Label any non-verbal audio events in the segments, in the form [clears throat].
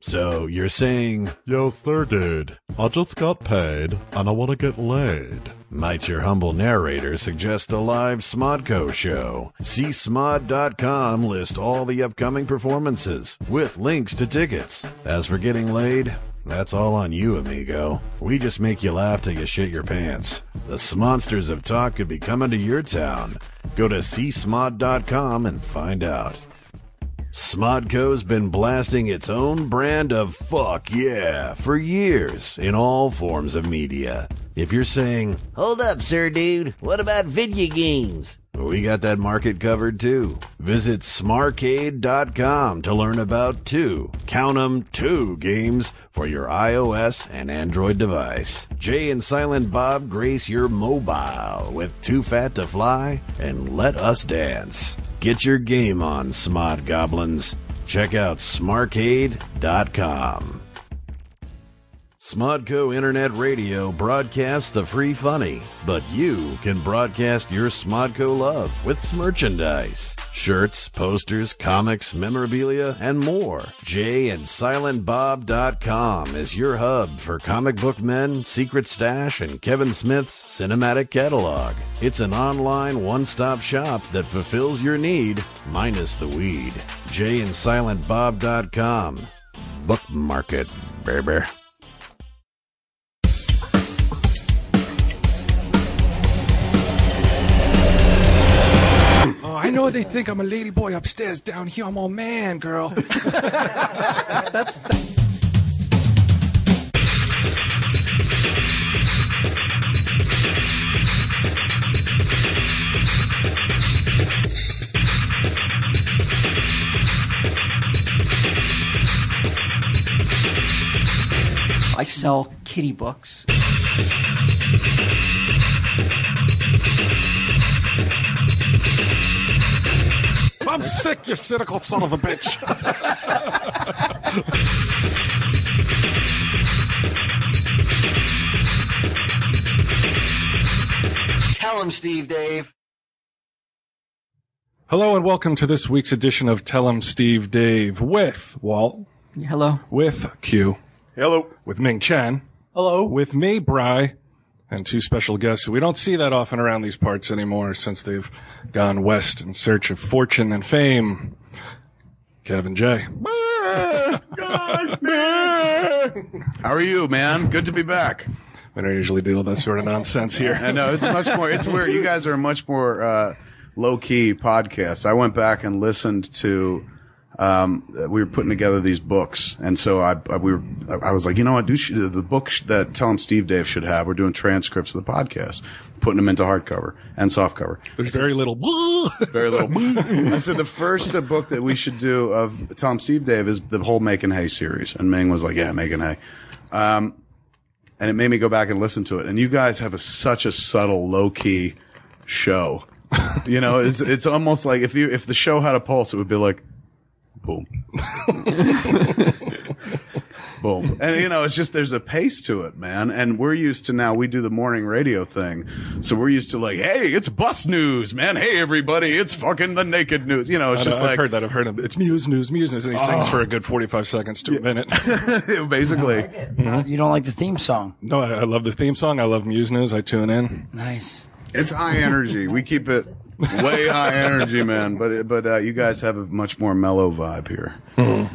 So you're saying, Yo, sir, dude, I just got paid and I want to get laid. might your humble narrator suggest a live Smodco show? See Smod.com list all the upcoming performances with links to tickets. As for getting laid, that's all on you, amigo. We just make you laugh till you shit your pants. The Smonsters of Talk could be coming to your town. Go to csmod.com and find out. Smodco's been blasting its own brand of fuck yeah for years in all forms of media. If you're saying, Hold up, sir, dude. What about video games? we got that market covered too, visit smarcade.com to learn about two, count 'em, two games for your iOS and Android device. Jay and Silent Bob grace your mobile with Too Fat to Fly and Let Us Dance. Get your game on, Smod Goblins. Check out smarcade.com. Smodco Internet Radio broadcasts the free funny, but you can broadcast your Smodco love with merchandise. Shirts, posters, comics, memorabilia, and more. Jay and JayandSilentBob.com is your hub for comic book men, Secret Stash, and Kevin Smith's cinematic catalog. It's an online one-stop shop that fulfills your need, minus the weed. Jay and JayandSilentBob.com. Bookmark it, baby. Oh, I know they think I'm a lady boy upstairs. Down here, I'm all man, girl. I sell kitty books. I'm sick, you cynical son of a bitch. Tell him, Steve Dave. Hello and welcome to this week's edition of Tell 'em Steve Dave with Walt, Hello. with Q, Hello. with Ming Chen, Hello. with me, Bry, and two special guests who we don't see that often around these parts anymore since they've gone west in search of fortune and fame. Kevin J. How are you, man? Good to be back. We don't usually deal with that sort of nonsense I here. know it's much more. It's weird. You guys are a much more uh, low key podcast. I went back and listened to. Um, we were putting together these books, and so I, I we were. I was like, you know what? Do sh- the book sh- that Tell 'em Steve Dave should have. We're doing transcripts of the podcast, putting them into hardcover and softcover. There's very little. [laughs] Very little. I said the first uh, book that we should do of Tom Steve Dave is the whole Making Hay series, and Ming was like, "Yeah, Making Hay," um, and it made me go back and listen to it. And you guys have a, such a subtle, low key show. You know, it's it's almost like if you if the show had a pulse, it would be like, boom, [laughs] boom, and you know, it's just there's a pace to it, man. And we're used to now we do the morning radio thing, so we're used to like, hey, it's bus news, man. Hey, everybody, it's fucking the naked news. You know, it's I just have like heard that. I've heard Oh. him. It's Muse News, Muse News, and he sings for a good forty-five seconds to a minute. [laughs] basically. You don't like the theme song? no, I, I love the theme song. I love Muse News. I tune in. Nice. It's high energy. We keep it way high energy, man. But it- but uh, you guys have a much more mellow vibe here.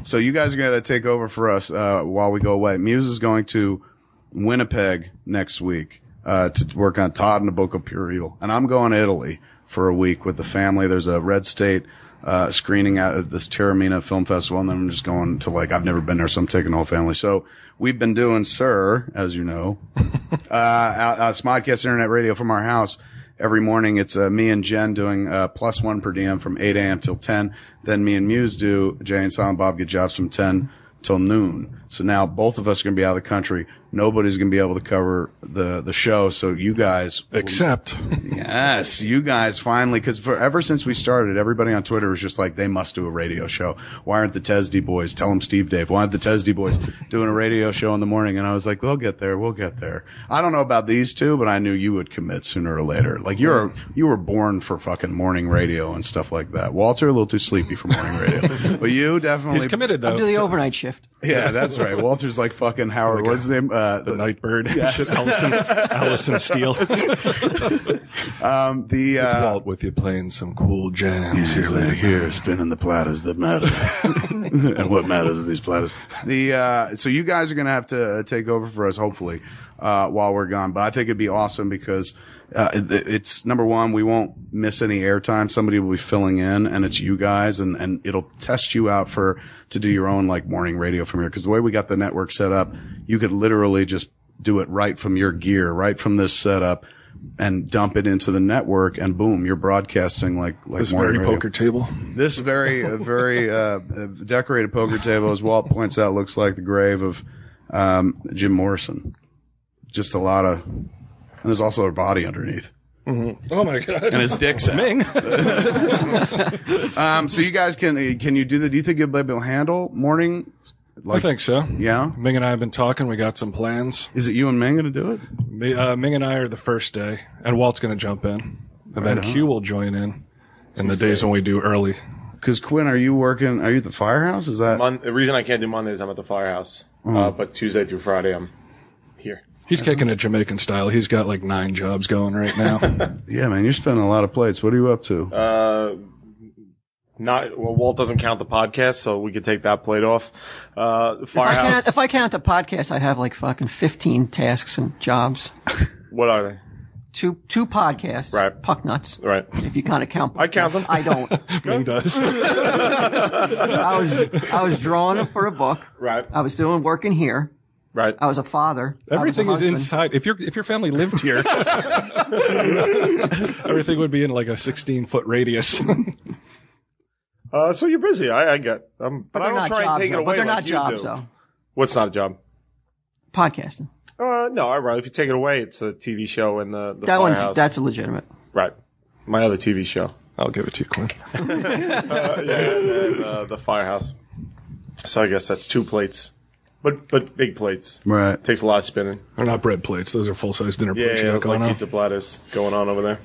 so you guys are gonna take over for us uh, while we go away. Muse is going to Winnipeg next week uh, to work on Todd and the Book of Pure Evil, and I'm going to Italy for a week with the family. There's a Red State. Uh, screening out at this Terramina Film Festival, and then I'm just going to like I've never been there, so I'm taking the whole family. So we've been doing Sir, as you know, uh, uh, Smodcast Internet Radio from our house every morning. It's uh, me and Jen doing uh, plus one per diem from 8 a.m. till 10. Then me and Muse do Jay and Silent Bob get jobs from 10 till noon. So now both of us are going to be out of the country. Nobody's going to be able to cover the the show. So you guys, Except yes, you guys finally, because for ever since we started, everybody on Twitter was just like, they must do a radio show. Why aren't the Tesdy boys? Tell them Steve Dave. Why aren't the Tesdy boys doing a radio show in the morning? And I was like, we'll get there. We'll get there. I don't know about these two, but I knew you would commit sooner or later. Like you're, you were born for fucking morning radio and stuff like that. Walter, a little too sleepy for morning [laughs] radio, but you definitely he's committed I'll do though. the overnight shift. Yeah, that's right. Walter's like fucking Howard. What's his name? Uh, The [laughs] Nightbird, Allison, Allison Steele. um, the [laughs] uh, Walt with you playing some cool jams. He's like, here, spinning the platters that matter. and what matters are these platters. The, uh, so you guys are going to have to uh, take over for us, hopefully, uh, while we're gone. But I think it'd be awesome because, uh, it- it's number one, we won't miss any airtime. Somebody will be filling in and it's you guys and, and it'll test you out for, to do your own like morning radio from here. Cause the way we got the network set up, you could literally just do it right from your gear, right from this setup. And dump it into the network, and boom, you're broadcasting like like This morning very radio. poker table. This very, uh, very uh, decorated poker table, as Walt points out, looks like the grave of um, Jim Morrison. Just a lot of, and there's also a body underneath, Oh my god! and his dick's out. Ming. Um, so you guys can can you do the? Do you think you'll be able to handle morning? I Like, think so. Yeah. Ming and I have been talking. We got some plans. Is it you and Ming gonna do it? Me- uh, Ming and I are the first day, and Walt's going to jump in, and then Uh-huh. Q will join in in the days when we do early. Because Quinn, are you working? Are you at the firehouse? Is that? Mon- the reason I can't do Monday is I'm at the firehouse. Uh, but Tuesday through Friday, I'm here. He's Uh-huh. kicking it Jamaican style. He's got like nine jobs going right [laughs] now. Yeah, man, you're spinning a lot of plates. What are you up to? Uh, not well. Walt doesn't count the podcast, so we could take that plate off. Uh, the If I, firehouse. count, if I count the podcast, I have like fucking 15 tasks and jobs. what are they? Two two podcasts. Right. Puck nuts. Right. If you kind of count, I count puck nuts. them. I don't. Ming does. I was I was drawing up for a book. Right. I was doing work in here. Right. I was a father. I was a Everything is husband. inside. If your if your family lived here, [laughs] everything would be in like a sixteen foot radius. Uh, so you're busy. I, I get. Um, but, But I they're don't not try jobs. and take it though. away. But they're like not you jobs do. though. What's not a job? Podcasting. Uh, no, I right. If you take it away, it's a TV show and the, the That firehouse. one's that's legitimate. right. My other TV show. [laughs] I'll give it to you, Clint. and uh, the firehouse. So I guess that's two plates, but but big plates. right. Takes a lot of spinning. They're not bread plates. Those are full size dinner Yeah, plates. yeah you're it's not like gonna- pizza platters going on over there.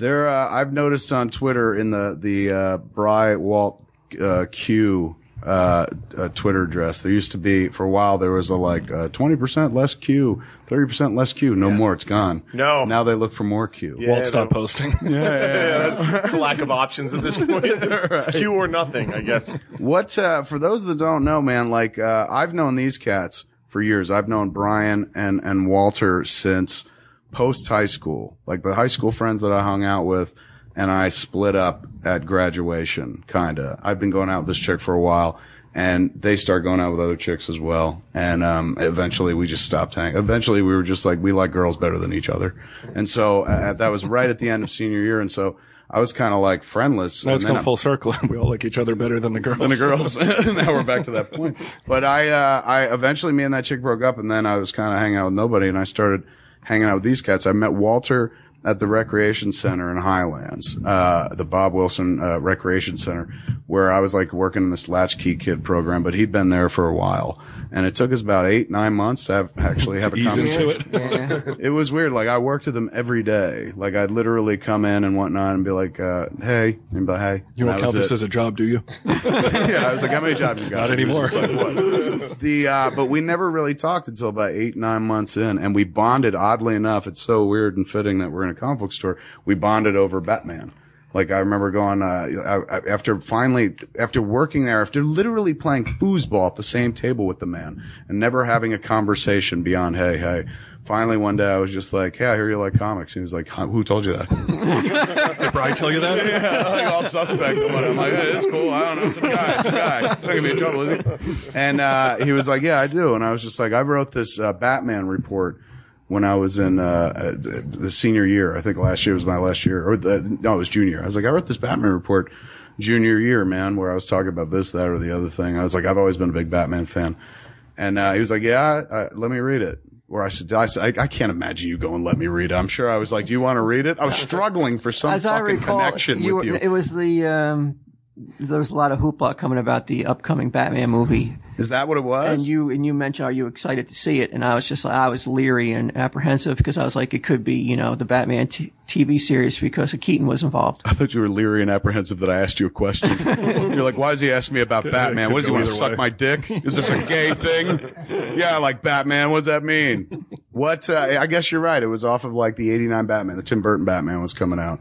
There, uh, I've noticed on Twitter in the the uh, Bry Walt uh, Q uh, uh, Twitter address, there used to be for a while there was a like uh, twenty percent less Q, thirty percent less Q. No more, it's gone. No. now they look for more Q. Yeah, Walt, stop [laughs] posting. It's a [laughs] lack of options at this point. It's Q or nothing, [laughs] I guess. What uh, for those that don't know, man? Like uh, I've known these cats for years. I've known Brian and and Walter since post high school. Like the high school friends that I hung out with, and I split up at graduation. Kinda. I've been going out with this chick for a while, and they start going out with other chicks as well. And um, eventually, we just stopped hanging. Eventually, we were just like we like girls better than each other, and so uh, that was right at the end of senior year, and so. I was kind of like friendless. Now and it's then come I- full circle. [laughs] We all like each other better than the girls. than the girls. [laughs] now we're back to that point. But I, uh, I eventually me and that chick broke up, and then I was kind of hanging out with nobody, and I started hanging out with these cats. I met Walter at the recreation center in Highlands, uh, the Bob Wilson uh, Recreation Center, where I was like working in this latchkey kid program, but he'd been there for a while, and it took us about eight nine months to have actually have a Ease conversation into it. it was weird. Like I worked with them every day. Like I'd literally come in and whatnot and be like, uh, "Hey," and be like, "Hey." You And don't that was count this it. as a job, do you? [laughs] yeah, I was like, "How many jobs you got?" Not And he anymore. was just like, [laughs] "What?" the uh, but we never really talked until about eight nine months in, and we bonded. Oddly enough, it's so weird and fitting that we're in a comic book store. We bonded over Batman. Like I remember going uh, I, I, after finally after working there after literally playing foosball at the same table with the man and never having a conversation beyond hey hey. Finally, one day I was just like, "Hey, I hear you like comics." And he was like, "Huh, "Who told you that?" Did Bri tell you [laughs] that? like all suspect and whatever. I'm like, hey, it's cool. I don't know. It's a guy. It's a guy. It's not gonna be in trouble, is he? And uh, he was like, yeah, I do. And I was just like, I wrote this uh, Batman report when I was in uh, uh, the senior year. I think last year was my last year, or the, no, it was junior. I was like, I wrote this Batman report junior year, man, where I was talking about this, that, or the other thing. I was like, I've always been a big Batman fan. And uh, he was like, "Yeah, uh, let me read it." Or I said, I, said, I, I can't imagine you going, let me read it. I'm sure I was like, do you want to read it? I was struggling for some As I fucking recall, connection you with were- you. it was the um, there was a lot of hoopla coming about the upcoming Batman movie, Is that what it was? and you and you mentioned, are you excited to see it? And I was just like, I was leery and apprehensive because I was like, it could be you know the Batman t- TV series because Keaton was involved. [laughs] I thought you were leery and apprehensive that I asked you [laughs] a question. You're like, why is he asking me about Batman? What does he go want to either suck way. my dick? Is [laughs] this a gay thing? yeah, I like Batman. What does that mean? What? Uh, I guess you're right. It was off of like the '89 Batman. The Tim Burton Batman was coming out,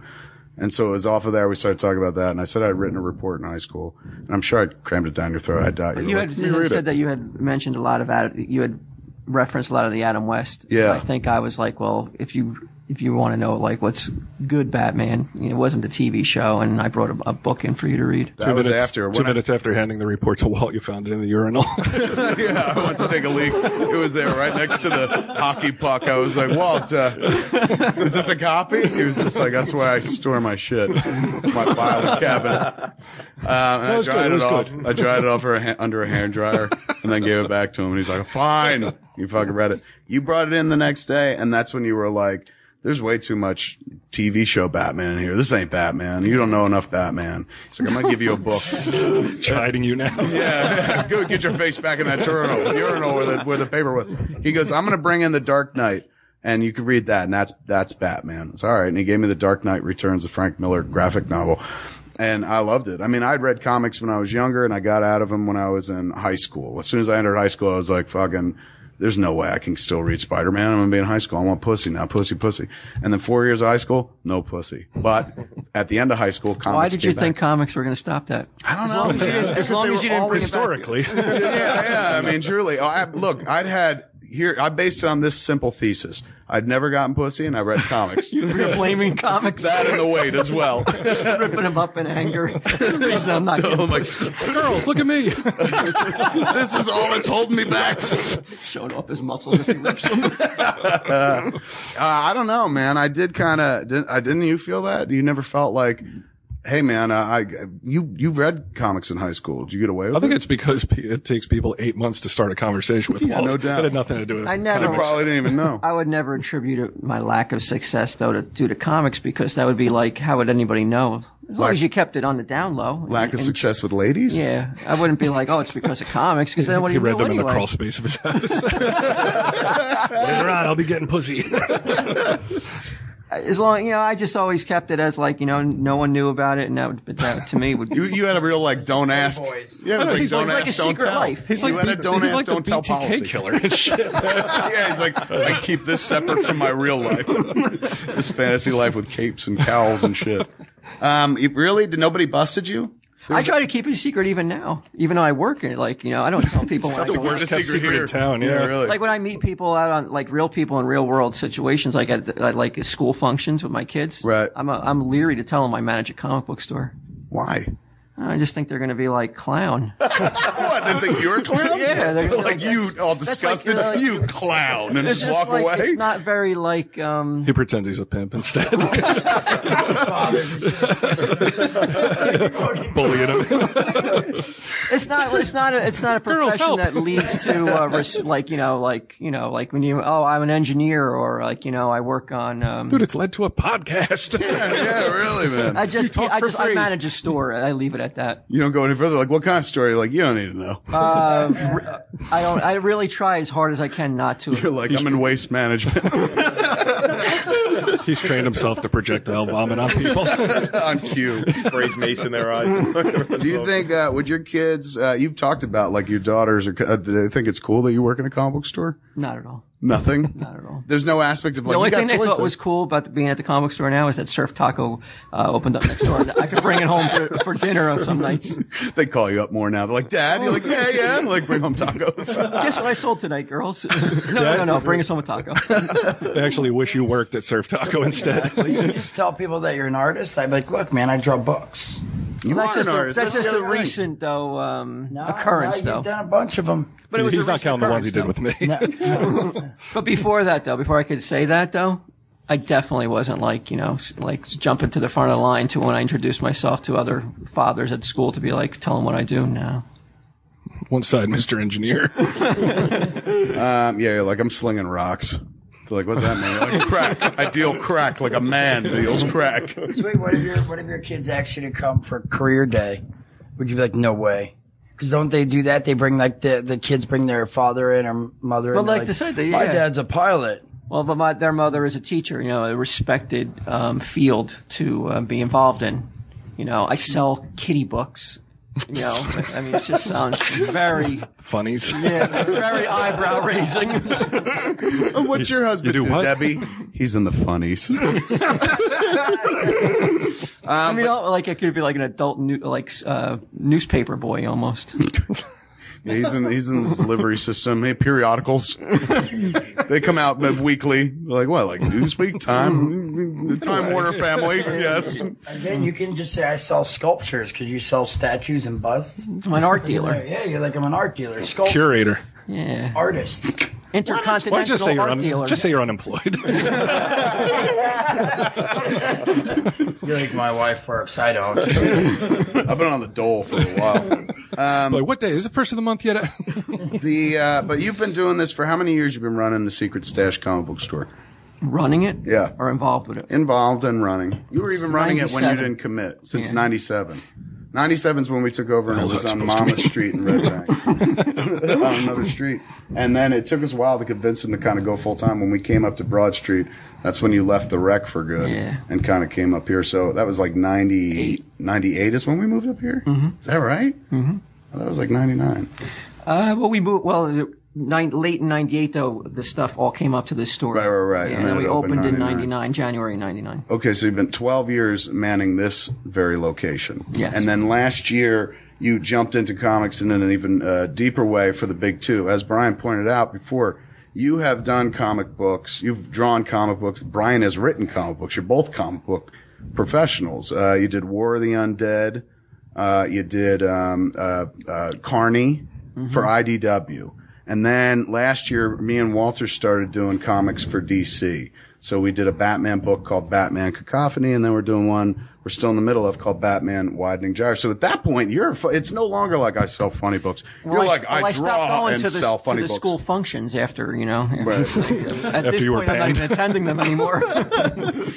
and so it was off of there. We started talking about that, and I said I'd written a report in high school, and I'm sure I crammed it down your throat. I doubt you. You were had like, "Let me read said it." that you had mentioned a lot of Ad- you had referenced a lot of the Adam West. Yeah. I think I was like, well, if you if you want to know like what's good Batman, you know, it wasn't the TV show, and I brought a, a book in for you to read. That was after. Two When I, minutes after handing the report to Walt, you found it in the urinal. [laughs] [laughs] yeah, I went to take a leak. It was there right next to the hockey puck. I was like, Walt, uh, is this a copy? He was just like, that's where I store my shit. It's my filing cabinet. Uh, and I was good, dried it it, was off. good. I dried it off her ha- under a hand dryer and then gave it back to him. And he's like, fine. You fucking read it. You brought it in the next day. And that's when you were like, there's way too much TV show Batman in here. This ain't Batman. You don't know enough Batman. He's like, I'm going to give you [laughs] a book. Chiding you now. Yeah, [laughs] go get your face back in that urinal, urinal where the where the paper was. He goes, I'm gonna bring in the Dark Knight, and you can read that, and that's that's Batman. It's all right. And he gave me the Dark Knight Returns, the Frank Miller graphic novel, and I loved it. I mean, I'd read comics when I was younger, and I got out of them when I was in high school. As soon as I entered high school, I was like, fucking. There's no way I can still read Spider-Man. I'm gonna be in high school. I want pussy now, pussy, pussy. And then four years of high school, no pussy. But at the end of high school, comics. Why did came you back. think comics were going to stop that? I don't know. man. As long as you didn't bring it back. Historically. yeah, yeah. I mean, truly. Oh, I, look, I'd had here. I based it on this simple thesis. I'd never gotten pussy, and I [laughs] read comics. You're blaming comics, that and the weight as well. ripping them up in anger. [laughs] The reason I'm not I'm getting like, Girls, [laughs] look at me. [laughs] this is all that's holding me back. showing off his muscles as he [laughs] rips them. Uh, I don't know, man. I did kind of. Didn't, I didn't. You feel that? You never felt like, hey, man. Uh, I you you read comics in high school. Did you get away with I think it? it's because pe- it takes people eight months to start a conversation with Walt. no doubt. It had nothing to do with I never I probably didn't even know. [laughs] I would never attribute it- my lack of success though to due to comics because that would be like how would anybody know? As long Lack- as you kept it on the down low. Lack of success with ladies. Yeah, I wouldn't be like, oh, it's because of comics because then what do He you read them know in anyway? the crawl space [laughs] of his house. Later on, I'll be getting pussy. As long, you know, I just always kept it as like you know no one knew about it and that would but that to me would You, you had a real like don't ask. Yeah, it was like He's like- don't like a ask, don't secret tell. life. He's like, you had a B- don't he's ask, like the don't tell BTK policy. killer [laughs] and shit. yeah, he's like, I keep this separate from my real life. [laughs] this fantasy life with capes and cowls and shit. Um, it really? Did nobody busted you? I try to keep it a secret even now, even though I work in it. Like you know, I don't tell people when I go out. worst kept secret in town, yeah. really. Like when I meet people out on like real people in real world situations, like at, at like school functions with my kids. Right. I'm a, I'm leery to tell them I manage a comic book store. Why? I just think they're going to be like clown. What? They think you're a [laughs] clown? Yeah, they're- they're like, like, you that's- all that's like, disgusted. uh, you clown, and It's [laughs] just just walk like, away. It's not very like um, [laughs] He pretends he's a pimp [laughs] instead. Bullying him. it's not it's not a it's not a Girls, help. profession that leads to uh, res- like you know like you know like when you oh I'm an engineer or like you know I work on um, Dude, it's led to a podcast. [laughs] yeah, really, man. I just talk I for just free. I manage a store I leave it at that you don't go any further. Like, what kind of story? Like, you don't need to know. Uh, I don't I really try as hard as I can not to You're like, I'm in waste management He's trained himself to projectile vomit on people. [laughs] on cue. Sprays mace in their eyes. [laughs] Do you think uh, would your kids? Uh, you've talked about like your daughters are. Uh, do they think it's cool that you work in a comic book store? not at all Nothing. [laughs] not at all. There's no aspect of like The only you got thing they toys thought though. was cool about being at the comic store now is that Surf Taco uh, opened up next door. and I could bring it home for, for dinner on some nights. [laughs] They call you up more now. They're like, Dad. You're like, Yeah, yeah. And like, bring [laughs] home tacos. Guess what I sold tonight, girls? [laughs] No, no, no, no. Bring us home a taco. they actually wish you worked at Surf Taco instead. You just tell people that you're an artist. I'd be like, look, man, I draw books. You That's are an just, a, artist. that's just the a other thing. recent though um, No, occurrence no, though. You've done a bunch of them. But it was a He's not recent counting the ones he did occurrence, with me. No, no. though. But before that though, before I could say that though, I definitely wasn't like you know s- like jumping to the front of the line to when I introduced myself to other fathers at school to be like tell them what I do now. One side, Mr. Engineer. Um, yeah, like I'm slinging rocks. So like, what's that mean? Like crack. I deal crack like a man deals [laughs] crack. Sweet, what if your what if your kids asked you to come for career day? Would you be like, no way? Because don't they do that? They bring like the the kids bring their father in or mother. Well, in, they're like to say that, my yeah. dad's a pilot. Well, but my, their mother is a teacher, you know, a respected um, field to uh, be involved in. You know, I sell kitty books. You know, I mean, it just sounds very, Funnies. very [laughs] eyebrow raising. What's your husband do what? Debbie? He's in [laughs] the funnies. I mean, like it could be like an adult, new, like uh, newspaper boy almost. [laughs] Yeah, he's in he's in the delivery system. Hey, periodicals. they come out mid- weekly. They're like what? Like Newsweek, Time, the Time Warner Family. Yes. Again, you can just say I sell sculptures because you sell statues and busts. I'm an art dealer. Yeah, you're like I'm an art dealer, sculptor, Curator. Yeah, artist. intercontinental Why just say you're art un- dealer. just say you're unemployed? [laughs] You're like my wife works. I [laughs] don't. I've been on the dole for a while. Um, like what day is the first of the month yet? The uh, but you've been doing this for how many years? You've been running the Secret Stash comic book store, running it. Yeah. or involved with it. involved and running. You were even running it when you 97. didn't commit since Yeah. '97. '97 is when we took over, and it How's was that on supposed to Mama be? Street in [laughs] Red Bank, [laughs] on another street. And then it took us a while to convince him to kind of go full time. When we came up to Broad Street, that's when you left the wreck for good Yeah. and kind of came up here. So that was like '90, '98 is when we moved up here. Is that right? Mm-hmm. That was like '99. Uh, well, we moved. Well, nine, late in '98, though, the stuff all came up to this store. Right, right, right. Yeah, and And then then we it opened opened, in 99. '99, January '99. Okay, so you've been 12 years manning this very location. Yes. And then last year, you jumped into comics in an even uh, deeper way for the big two. As Brian pointed out before, you have done comic books, you've drawn comic books, Brian has written comic books. You're both comic book professionals. Uh, you did War of the Undead, uh, you did um, uh, uh, Carney for Mm-hmm. IDW. And then last year, me and Walter started doing comics for DC. So we did a Batman book called Batman Cacophony, and then we're doing one we're still in the middle of called Batman Widening Gyre. So at that point, you're fu- it's no longer like I sell funny books. You're Well, like I, well, stopped draw going and to the, sell to funny the books. school functions after you know. [laughs] Right. At this you were point, I'm not banned. even attending them anymore. [laughs]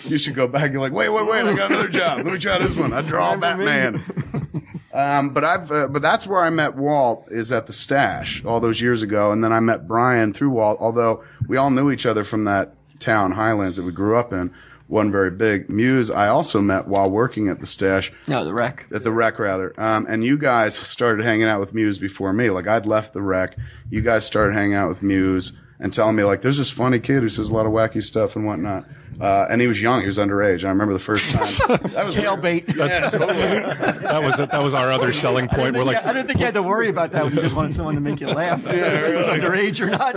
you should go back. You're like, wait, wait, wait! I got another job. Let me try this one. I draw Remember me? Batman. Um, but I've uh, but that's where I met Walt is at the stash all those years ago, and then I met Brian through Walt. Although we all knew each other from that town Highlands that we grew up in, one very big Muse. I also met while working at the stash. no, the wreck. at the rec rather. Um, and you guys started hanging out with Muse before me. Like I'd left the rec. You guys started hanging out with Muse and telling me like, there's this funny kid who says a lot of wacky stuff and whatnot. Uh, and he was young. He was underage. I remember the first time. That was weird. Tailbait. Yeah, totally. that was that was our other selling point. We're like, I didn't think you had to worry about that when you just wanted someone to make you [laughs] laugh. If it was underage or not.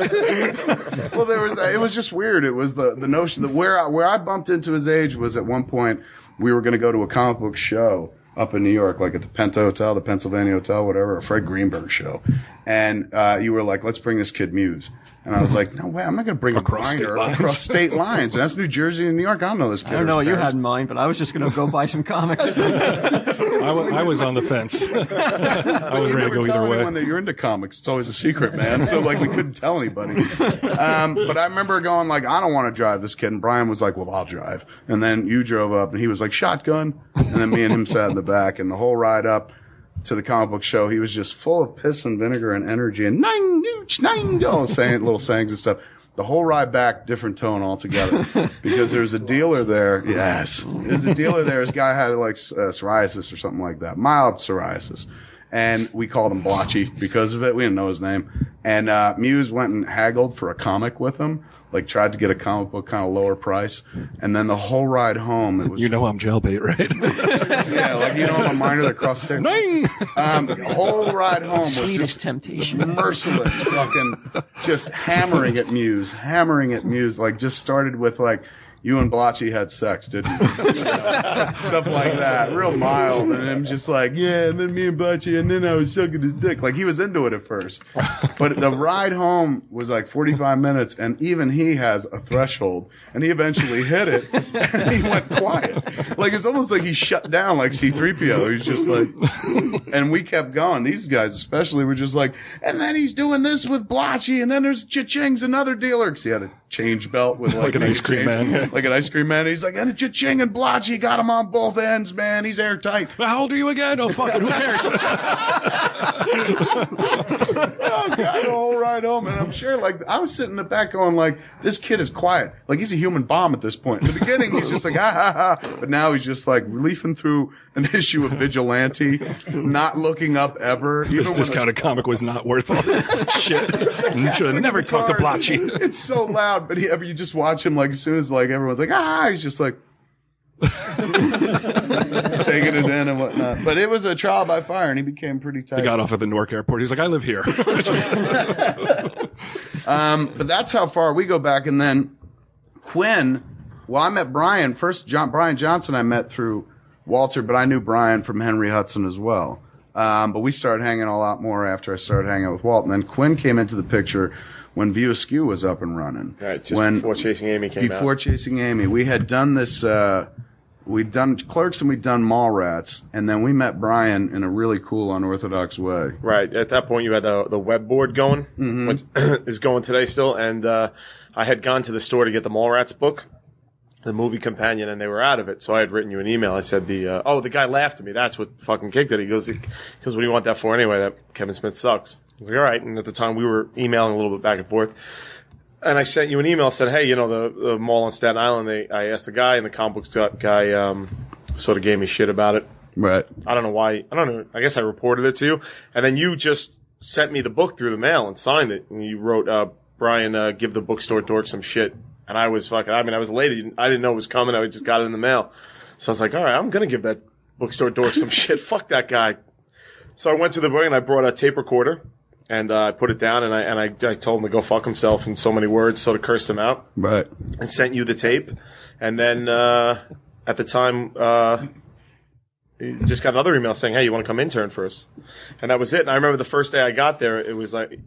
well, there was. uh, It was just weird. It was the the notion that where I, where I bumped into his age was at one point we were going to go to a comic book show up in New York, like at the Penta Hotel, the Pennsylvania Hotel, whatever, a Fred Greenberg show, and uh, you were like, "Let's bring this kid Muse." And I was like, no way, I'm not going to bring Across a state grinder lines. across state lines. And that's New Jersey and New York. I don't know this kid. I don't know or what his you parents. had in mind, but I was just going to go buy some [laughs] comics. I wa- I was on the fence. [laughs] I was you ready to never go tell either anyone way. that you're into comics. It's always a secret, man. So like we couldn't tell anybody. Um, but I remember going like, I don't want to drive this kid. And Brian was like, well, I'll drive. And then you drove up and he was like, shotgun. And then me and him sat in the back and the whole ride up to the comic book show, he was just full of piss and vinegar and energy and nine nooch, nine, all saying little sayings and stuff. The whole ride back, different tone altogether, because there's a dealer there. Yes, there's a dealer there. This guy had like s- uh, psoriasis or something like that, mild psoriasis, and we called him Blotchy because of it. We didn't know his name, and uh, Muse went and haggled for a comic with him, like tried to get a comic book kind of lower price, and then the whole ride home, it was You know I'm jailbait, right? yeah, like you know I'm a minor [laughs] that crossed state. Ding! Um, the whole ride home was Sweetest just temptation. merciless, fucking just hammering at Muse, hammering at Muse. Like just started with like, you and Blotchy had sex, didn't you? Stuff like that, real mild, and I'm just like, yeah. And then me and Blotchy, and then I was sucking his dick. Like he was into it at first, but the ride home was like 45 minutes, and even he has a threshold, and he eventually hit it, and he went quiet. Like it's almost like he shut down, like C-3PO. He's just like, and we kept going. These guys, especially, were just like, and then he's doing this with Blotchy, and then there's Cha-Ching's another dealer. 'Cause he had a change belt with like, Like an naked ice cream man, change- yeah. like an ice cream man. He's like, and it's Cha-Ching and Blotchy got him on both ends, man. He's airtight. [laughs] How old are you again? Oh, fucking who [laughs] cares? oh God, the whole ride home, and oh, I'm sure like I was sitting in the back going like, this kid is quiet, like he's a human bomb at this point. In the beginning, he's just like "Ah, ha ha ha, but now he's just like leafing through an [laughs] issue of Vigilante, not looking up ever. even this when- discounted comic was not worth all this shit. Should have Like, never the talked to cars, Blotchy. [laughs] It's so loud, but he, ever you just watch him like as soon as like everyone's like ah, he's just like. [laughs] [laughs] He's taking it in and whatnot, but it was a trial by fire, and he became pretty tight. He got off at the Newark airport. He's like, I live here. [laughs] Um, but that's how far we go back. And then Quinn, well, I met Brian first. John, Brian Johnson, I met through Walter, but I knew Brian from Henry Hudson as well. Um, but we started hanging a lot more after I started hanging out with Walt. And then Quinn came into the picture when View Askew was up and running. Right, just before Chasing Amy came before out. Chasing Amy, we had done this. Uh, we'd done Clerks and we'd done Mallrats, and then we met Brian in a really cool, unorthodox way. Right. At that point, you had the, the web board going, which [clears throat] is going today still. And uh, I had gone to the store to get the Mallrats book, the movie companion, and they were out of it. So I had written you an email. I said, "The uh, oh, the guy laughed at me. That's what fucking kicked it." He goes, "He goes, what do you want that for anyway? That Kevin Smith sucks." I was like, "All right." And at the time, we were emailing a little bit back and forth. and I sent you an email said, hey, you know the, the mall on Staten Island. They, I asked the guy, and the comic books gu- guy um, sort of gave me shit about it. Right. I don't know why. I don't know. I guess I reported it to you, and then you just sent me the book through the mail and signed it. And you wrote, uh, "Brian, uh, give the bookstore dork some shit." And I was fucking. I mean, I was elated. I didn't know it was coming. I just got it in the mail, so I was like, "All right, I'm gonna give that bookstore dork some shit." Fuck that guy. So I went to the book and I brought a tape recorder. And uh, I put it down, and I and I, I told him to go fuck himself in so many words, sort of cursed him out Right. and sent you the tape. And then uh, at the time, uh, you just got another email saying, "Hey, you want to come intern for us?" And that was it. And I remember the first day I got there, it was like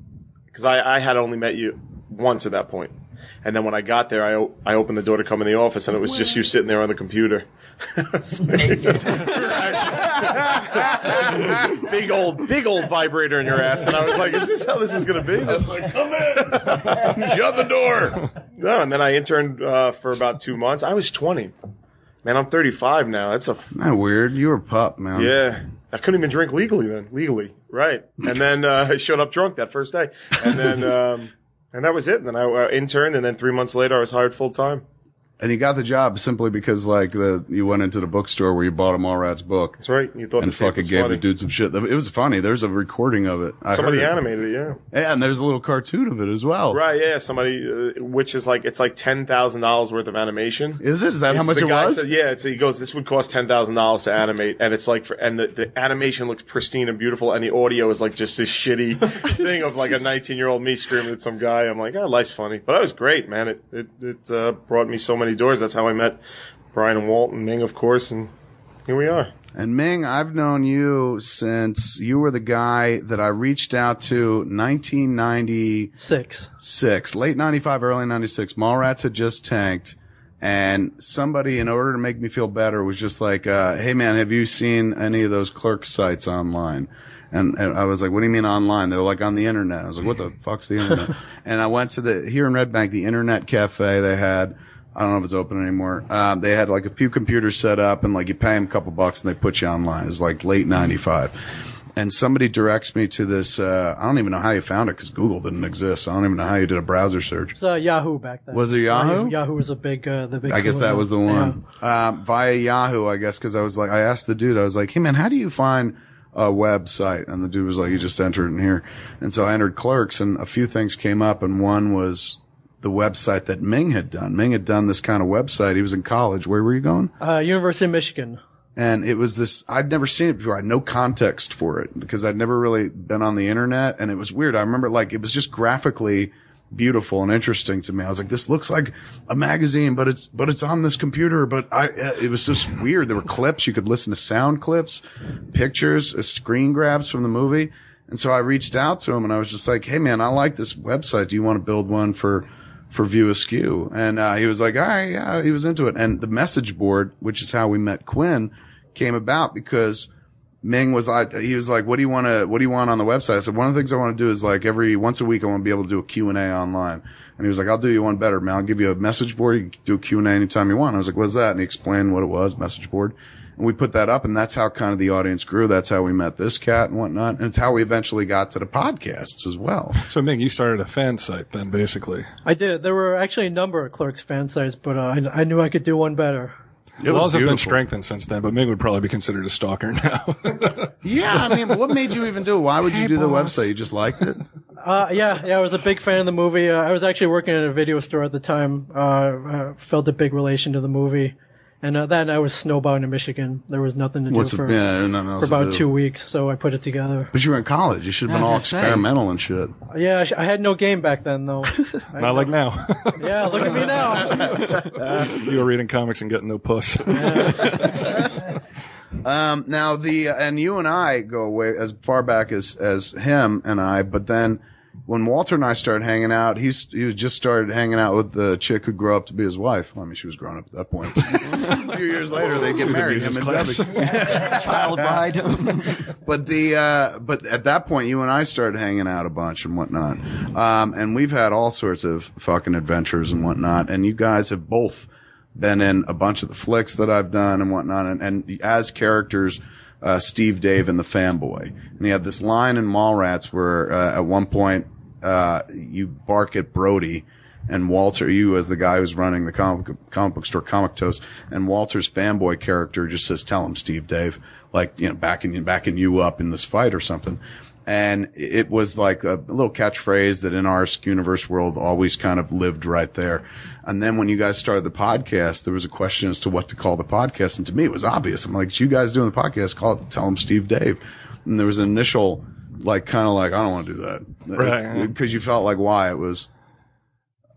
because I, I had only met you once at that point. And then when I got there, I, o- I opened the door to come in the office, and it was just you sitting there on the computer. [laughs] I was like- big old big old vibrator in your ass, and I was like, "Is this how this is going to be?" This is- Come in. Shut the door. no, and then I interned uh, for about two months. I was 20. Man, I'm 35 now. That's a f- Not weird. You were a pup, man. yeah. I couldn't even drink legally then. Legally, right? And then uh, [laughs] I showed up drunk that first day, and [laughs] then um, and that was it. And then I uh, interned, and then three months later, I was hired full time. And you got the job simply because like the you went into the bookstore where you bought a Mallrats book That's right. You thought and the tape fucking was gave funny. the dude some shit. It was funny. There's a recording of it. I Somebody heard it. animated it, yeah. Yeah, and there's a little cartoon of it as well. Right, yeah. Somebody, uh, which is like it's like ten thousand dollars worth of animation. Is it? Is that how It's much the it guy was? said- yeah, it's, he goes, this would cost ten thousand dollars to animate, and it's like, for, and the, the animation looks pristine and beautiful, and the audio is like just this [laughs] shitty thing of like a nineteen year old me screaming at some guy. I'm like, oh, life's funny, but that was great, man. It it it uh, brought me so many doors. That's how I met Brian and Walt and Ming, of course, and here we [laughs] are. And Ming, I've known you since you were the guy that I reached out to 1996, Six. late 95, early 96. Mallrats had just tanked. And somebody, in order to make me feel better, was just like, uh, "Hey, man, have you seen any of those clerk sites online?" And, and I was like, "What do you mean online?" They were like, "On the internet." I was like, "What the fuck's the internet?" and I went to the here in Red Bank, the internet cafe they had. I don't know if it's open anymore. Um, they had like a few computers set up, and like you pay them a couple bucks, and they put you online. It's like late '95 and somebody directs me to this. Uh, I don't even know how you found it because Google didn't exist. I don't even know how you did a browser search. It was uh, Yahoo back then. Was it Yahoo? Uh, Yahoo was a big, uh, the big. I guess that was the Yeah. one um, via Yahoo. I guess because I was like, I asked the dude. I was like, Hey man, how do you find a website? And the dude was like, You just enter it in here. And so I entered Clerks, and a few things came up, and one was the website that Ming had done. Ming had done this kind of website. He was in college. Where were you going? Uh, University of Michigan. and it was this i'd never seen it before i had no context for it because i'd never really been on the internet and it was weird i remember like it was just graphically beautiful and interesting to me. I was like, this looks like a magazine, but it's, but it's on this computer. But I, uh, it was just weird. There were clips. You could listen to sound clips, pictures, uh, screen grabs from the movie. And so I reached out to him and I was just like, Hey man, I like this website. Do you want to build one for, for View Askew? And, uh, he was like, all right. Yeah, he was into it. And the message board, which is how we met Quinn came about because Ming was like, he was like, what do you want to, what do you want on the website? I said, one of the things I want to do is like every once a week, I want to be able to do a Q and A online. And he was like, I'll do you one better, man. I'll give you a message board. You can do a Q and A anytime you want. I was like, what's that? And he explained what it was, message board. And we put that up and that's how kind of the audience grew. That's how we met this cat and whatnot. And it's how we eventually got to the podcasts as well. So, Ming, you started a fan site then, basically. I did. There were actually a number of Clerks fan sites, but uh, I, I knew I could do one better. It Laws was have beautiful. been strengthened since then, but Ming would probably be considered a stalker [laughs] now. Yeah. I mean, what made you even do it? Why would you do the website? You just liked [laughs] it? Uh, yeah, yeah, I was a big fan of the movie. Uh, I was actually working at a video store at the time. Uh, uh, felt a big relation to the movie, and uh, then I was snowbound in Michigan. There was nothing to do What's for, yeah, nothing else for to about do. two weeks, so I put it together. But you were in college. You should have I been all was gonna say. experimental and shit. Yeah, I, sh- I had no game back [laughs] then though. I- Not like now. [laughs] yeah, look at me now. you were reading comics and getting no puss. Um, now the and you and I go away as far back as as him and I, but then when Walter and I started hanging out, he's he was just started hanging out with the chick who grew up to be his wife. Well, I mean, she was grown up at that point. [laughs] a few years later, they get was in married. Him music and class. [laughs] Debbie. Child behind him. But the uh, but at that point, you and I started hanging out a bunch and whatnot, um, and we've had all sorts of fucking adventures and whatnot. And you guys have both been in a bunch of the flicks that I've done and whatnot, and, and as characters. Uh, Steve Dave and the fanboy. And he had this line in Mallrats where, uh, at one point, uh, you bark at Brody and Walter, you as the guy who's running the comic, comic book store, Comic Toast, and Walter's fanboy character just says, "Tell him, Steve, Dave, like you know, backing you, backing you up in this fight or something." And it was like a little catchphrase that in our universe world always kind of lived right there. And then when you guys started the podcast, there was a question as to what to call the podcast, and to me it was obvious. I'm like, "It's you guys doing the podcast? Call it, tell him, Steve, Dave." And there was an initial, like, kind of like, "I don't want to do that," Right, yeah. Because you felt like why it was.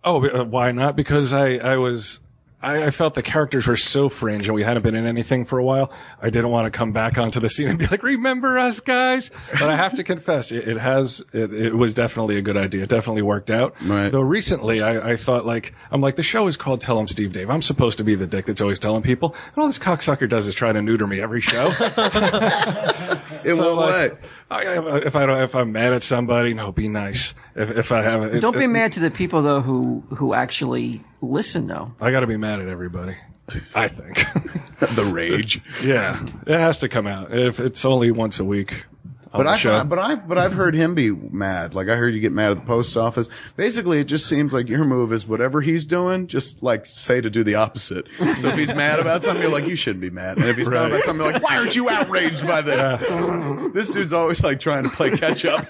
Oh, but, uh, why not? Because I, I was, I, I felt the characters were so fringe and we hadn't been in anything for a while. I didn't want to come back onto the scene and be like, remember us guys? But I have to [laughs] confess, it, it has, it, it was definitely a good idea. It definitely worked out. Right. Though recently I, I thought like, I'm like, the show is called Tell 'em Steve Dave. I'm supposed to be the dick that's always telling people. And all this cocksucker does is try to neuter me every [laughs] show. It So, will like, what? I, I- if I don't, if I'm mad at somebody, no, be nice. If, if I have, if- [laughs] Don't be mad to the people though who who actually listen though. I got to be mad at everybody. I think. [laughs] [laughs] the rage. yeah, it has to come out. If it's only once a week on But the I, show. but I, but I've heard him be mad. Like I heard you get mad at the post office. Basically, it just seems like your move is whatever he's doing, just like say to do the opposite. So if he's mad about something, you're like, you shouldn't be mad. And if he's mad Right. about something, you're like, why aren't you outraged by this? This dude's always like trying to play catch up.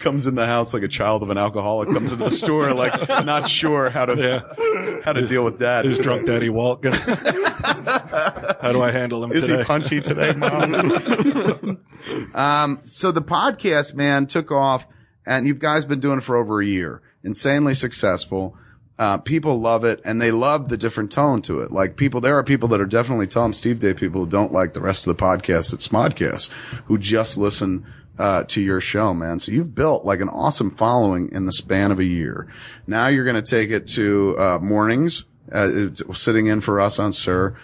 comes in the house like a child of an alcoholic. Comes into the store like not sure how to how to deal with dad. Is drunk daddy Walt [laughs] gonna? How do I handle him Is today? he punchy today, Mom? um, so the podcast, man, took off, and you guys been doing it for over a year. Insanely successful. Uh, people love it, and they love the different tone to it. Like people, there are people that are definitely Tom Steve Day people who don't like the rest of the podcast at Smodcast, who just listen uh, to your show, man. So you've built like an awesome following in the span of a year. Now you're going to take it to uh, mornings, uh, it's sitting in for us on Sir.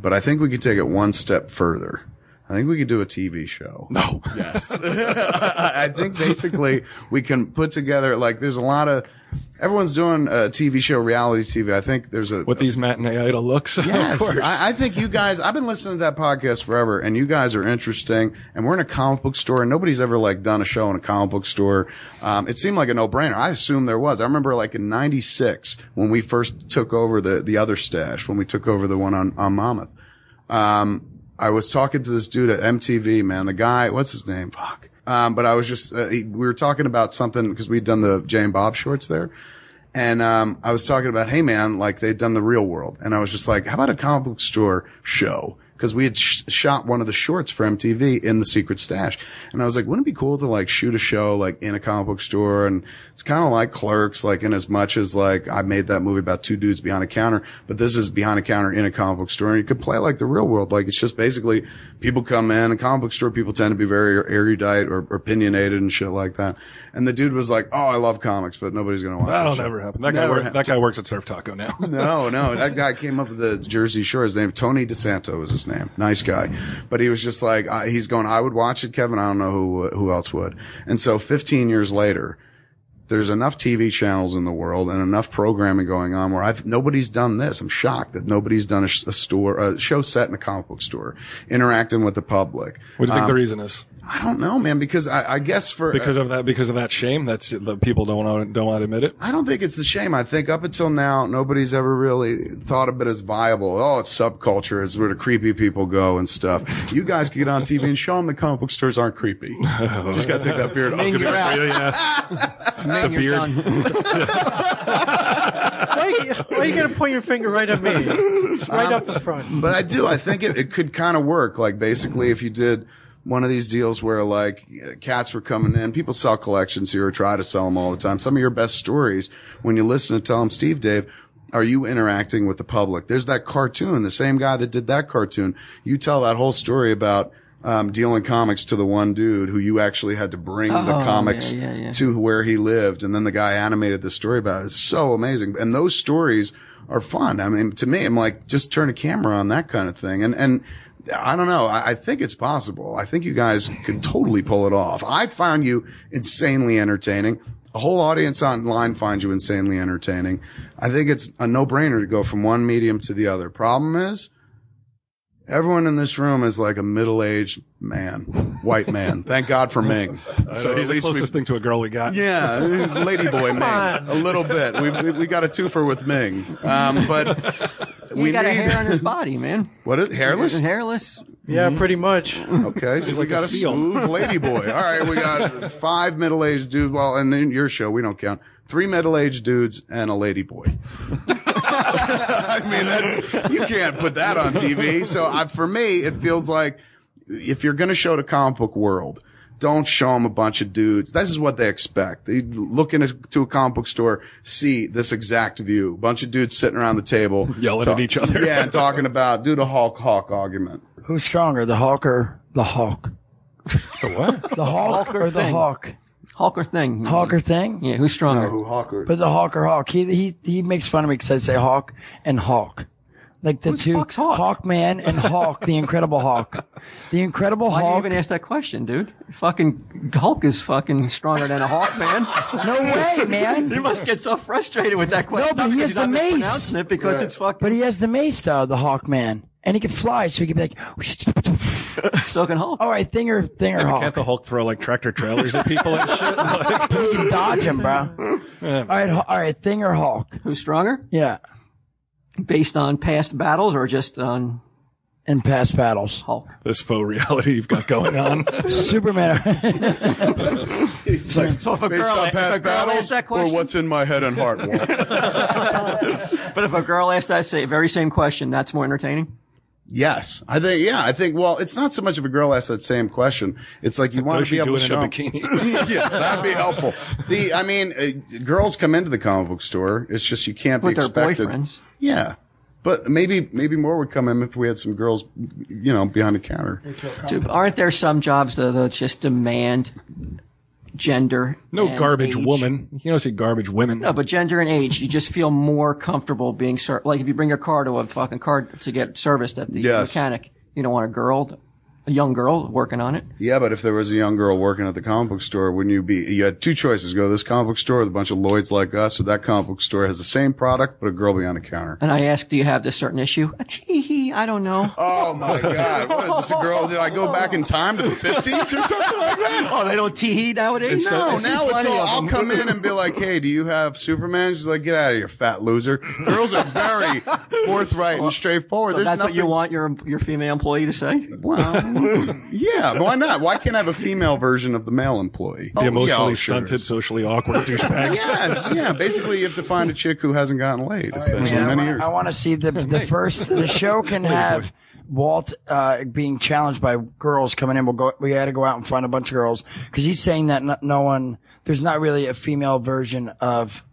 But I think we could take it one step further. I think we could do a TV Oh, show. No. Yes. [laughs] I I think basically we can put together like there's a lot of everyone's doing a TV show, reality TV. I think there's a With these matinee idol looks, [laughs] of Yes, course. I, I think you guys. I've been listening to that podcast forever, and you guys are interesting. And we're in a comic book store, and nobody's ever like done a show in a comic book store. Um, it seemed like a no-brainer. I assume there was. I remember like in '96 when we first took over the the other stash, when we took over the one on on Monmouth. Um, I was talking to this dude at MTV, man. The guy, what's his name? Fuck. Um, but I was just, uh, he, we were talking about something because we'd done the Jane Bob shorts there. And, um, I was talking about, hey man, like they'd done the real world. And I was just like, how about a comic book store show? because we had sh- shot one of the shorts for MTV in the secret stash. And I was like, wouldn't it be cool to like shoot a show like in a comic book store? And it's kind of like clerks, like in as much as like I made that movie about two dudes behind a counter, but this is behind a counter in a comic book store. And you could play like the real world. Like it's just basically people come in a comic book store. People tend to be very erudite or, opinionated and shit like that. And the dude was like, Oh, I love comics, but nobody's going to watch That'll it. never happen. That guy, Never works, happened. that guy works at Surf Taco now. No, no, that guy came up with the Jersey Shore. His name Tony DeSanto was his name. Nice guy, but he was just like I he's going. I would watch it, Kevin. I don't know who who else would. And so, 15 years later, there's enough TV channels in the world and enough programming going on where I've nobody's done this. I'm shocked that nobody's done a, sh- a store a show set in a comic book store, interacting with the public. [laughs] What do you think the reason is? I don't know, man, because I, I guess for Because of that, because of that shame. That's the people don't want to, don't want to admit [laughs] it. I don't think it's the shame. I think up until now, nobody's ever really thought of it as viable. Oh, it's subculture. It's where the creepy people go and stuff. You guys can get on TV and show them the comic book stores aren't [laughs] creepy. Just got to take that beard off. you're out. Man, you're done. Why are you, why you gonna point your finger right [laughs] at me? It's right up the front. But I do. I think it, it could kind of work. Like basically, if you did one of these deals where like cats were coming in, people sell collections here or try to sell them all the time. Some of your best stories when you listen to tell them, Steve, Dave, are you interacting with the public? There's that cartoon, the same guy that did that cartoon. You tell that whole story about. Um, dealing comics to the one dude who you actually had to bring the Oh, comics yeah, yeah, yeah. to where he lived. And then the guy animated the story about it. It's so amazing. And those stories are fun. I mean, to me, I'm like, just turn a camera on that kind of thing. And, and I don't know. I, I think it's possible. I think you guys could totally pull it off. I found you insanely entertaining. A whole audience online finds you insanely entertaining. I think it's a no brainer to go from one medium to the other. Problem is, Everyone in this room is like a middle-aged man, white man. Thank God [laughs] for Ming. So He's the at least we closest thing to a girl we got. yeah, it was Ladyboy Ming. A little bit. We, we, we got a twofer with Ming. [laughs] Um, but He we got a need. hair on [laughs] his body, man. What is hairless? Hairless. Yeah, Mm-hmm. pretty much. Okay, so we got a, [laughs] smooth ladyboy. All right, we got five middle-aged dudes. Well, and then your show, we don't count. Three middle-aged dudes and a ladyboy. [laughs] I mean, that's you can't put that on TV. So I, for me, it feels like if you're going to show the comic book world, don't show them a bunch of dudes. This is what they expect. They look into a comic book store, see this exact view. Bunch of dudes sitting around the table. Yelling talk- at each other. Yeah, and talking about, do the Hulk Hawk argument. Who's stronger, the Hawk or the Hawk? The what? [laughs] The Hawk Hawker or the thing. Hawk? Hawker thing. Hawker thing? Yeah, who's stronger? Who Hawker? But the Hawk or Hawk, he he he makes fun of me because I say Hawk and Hawk, like the Who's two Hawk's Hawk? Hawkman and Hawk, the Incredible Hawk, the Incredible Why do you Hawk. even ask that question, dude? Fucking Hulk is fucking stronger than a Hawk, [laughs] man. no [laughs] way, You man. must get so frustrated with that question. but Not he because has he's the not mace. mispronouncing it because it's But fucking he has the mace though, the Hawkman, and he can fly, so he can be like, soaking Hulk. [laughs] all right, Thinger, Thinger And Hawk. can't the Hulk throw like tractor trailers at people and shit? [laughs] Like, You can dodge him, bro. [laughs] all right, Haw- all right, Thinger Hawk. Who's stronger? Yeah, Based on past battles or just on and past battles, Hulk? this faux reality you've got going on. Superman. [laughs] It's like, So if a based girl- on if a past girl asks battles that or question- what's in my head and [laughs] heart. Walt? But if a girl asked that sa- very same question, that's more entertaining. yes, I think. Yeah, I think. Well, it's not so much if a girl asks that same question. It's like you want Does to she be do able it to in show. a [laughs] bikini? [laughs] yeah, that'd be helpful. The, I mean, uh, girls come into the comic book store. It's just you can't With be their expected. boyfriends. Yeah, but maybe maybe more would come in if we had some girls, you know, behind the counter. Dude, aren't there some jobs though that just demand gender? No and garbage age? woman. You don't see garbage women. No, but gender and age, you just feel more comfortable being ser- like if you bring your car to a fucking car to get serviced at the Yes. mechanic, you don't want a girl, a young girl working on it. Yeah, but if there was a young girl working at the comic book store, wouldn't you be? You had two choices: go to this comic book store with a bunch of Lloyds like us, or that comic book store has the same product but a girl behind the counter. And I ask, do you have this certain issue? A tee I don't know. Oh my God! What is this a girl? Did I go back in time to the fifties or something [laughs] like that? Oh, they don't tee hee nowadays. No, I see now it's plenty all. of I'll them. come in and be like, "Hey, do you have Superman?" She's like, "Get out of here, fat loser." Girls are very forthright and straightforward. So There's that's what nothing, you want your your female employee to say. [laughs] Well, yeah. Why not? Why can't I have a female version of the male employee? The emotionally yeah, oh, sure. stunted, socially awkward douchebag. Yes, yeah. Basically, you have to find a chick who hasn't gotten laid. Essentially, Yeah, I many wa- years. [laughs] I want to see the the first the show can have Walt uh, being challenged by girls coming in. We'll go, we had to go out and find a bunch of girls because he's saying that no, no one, there's not really a female version of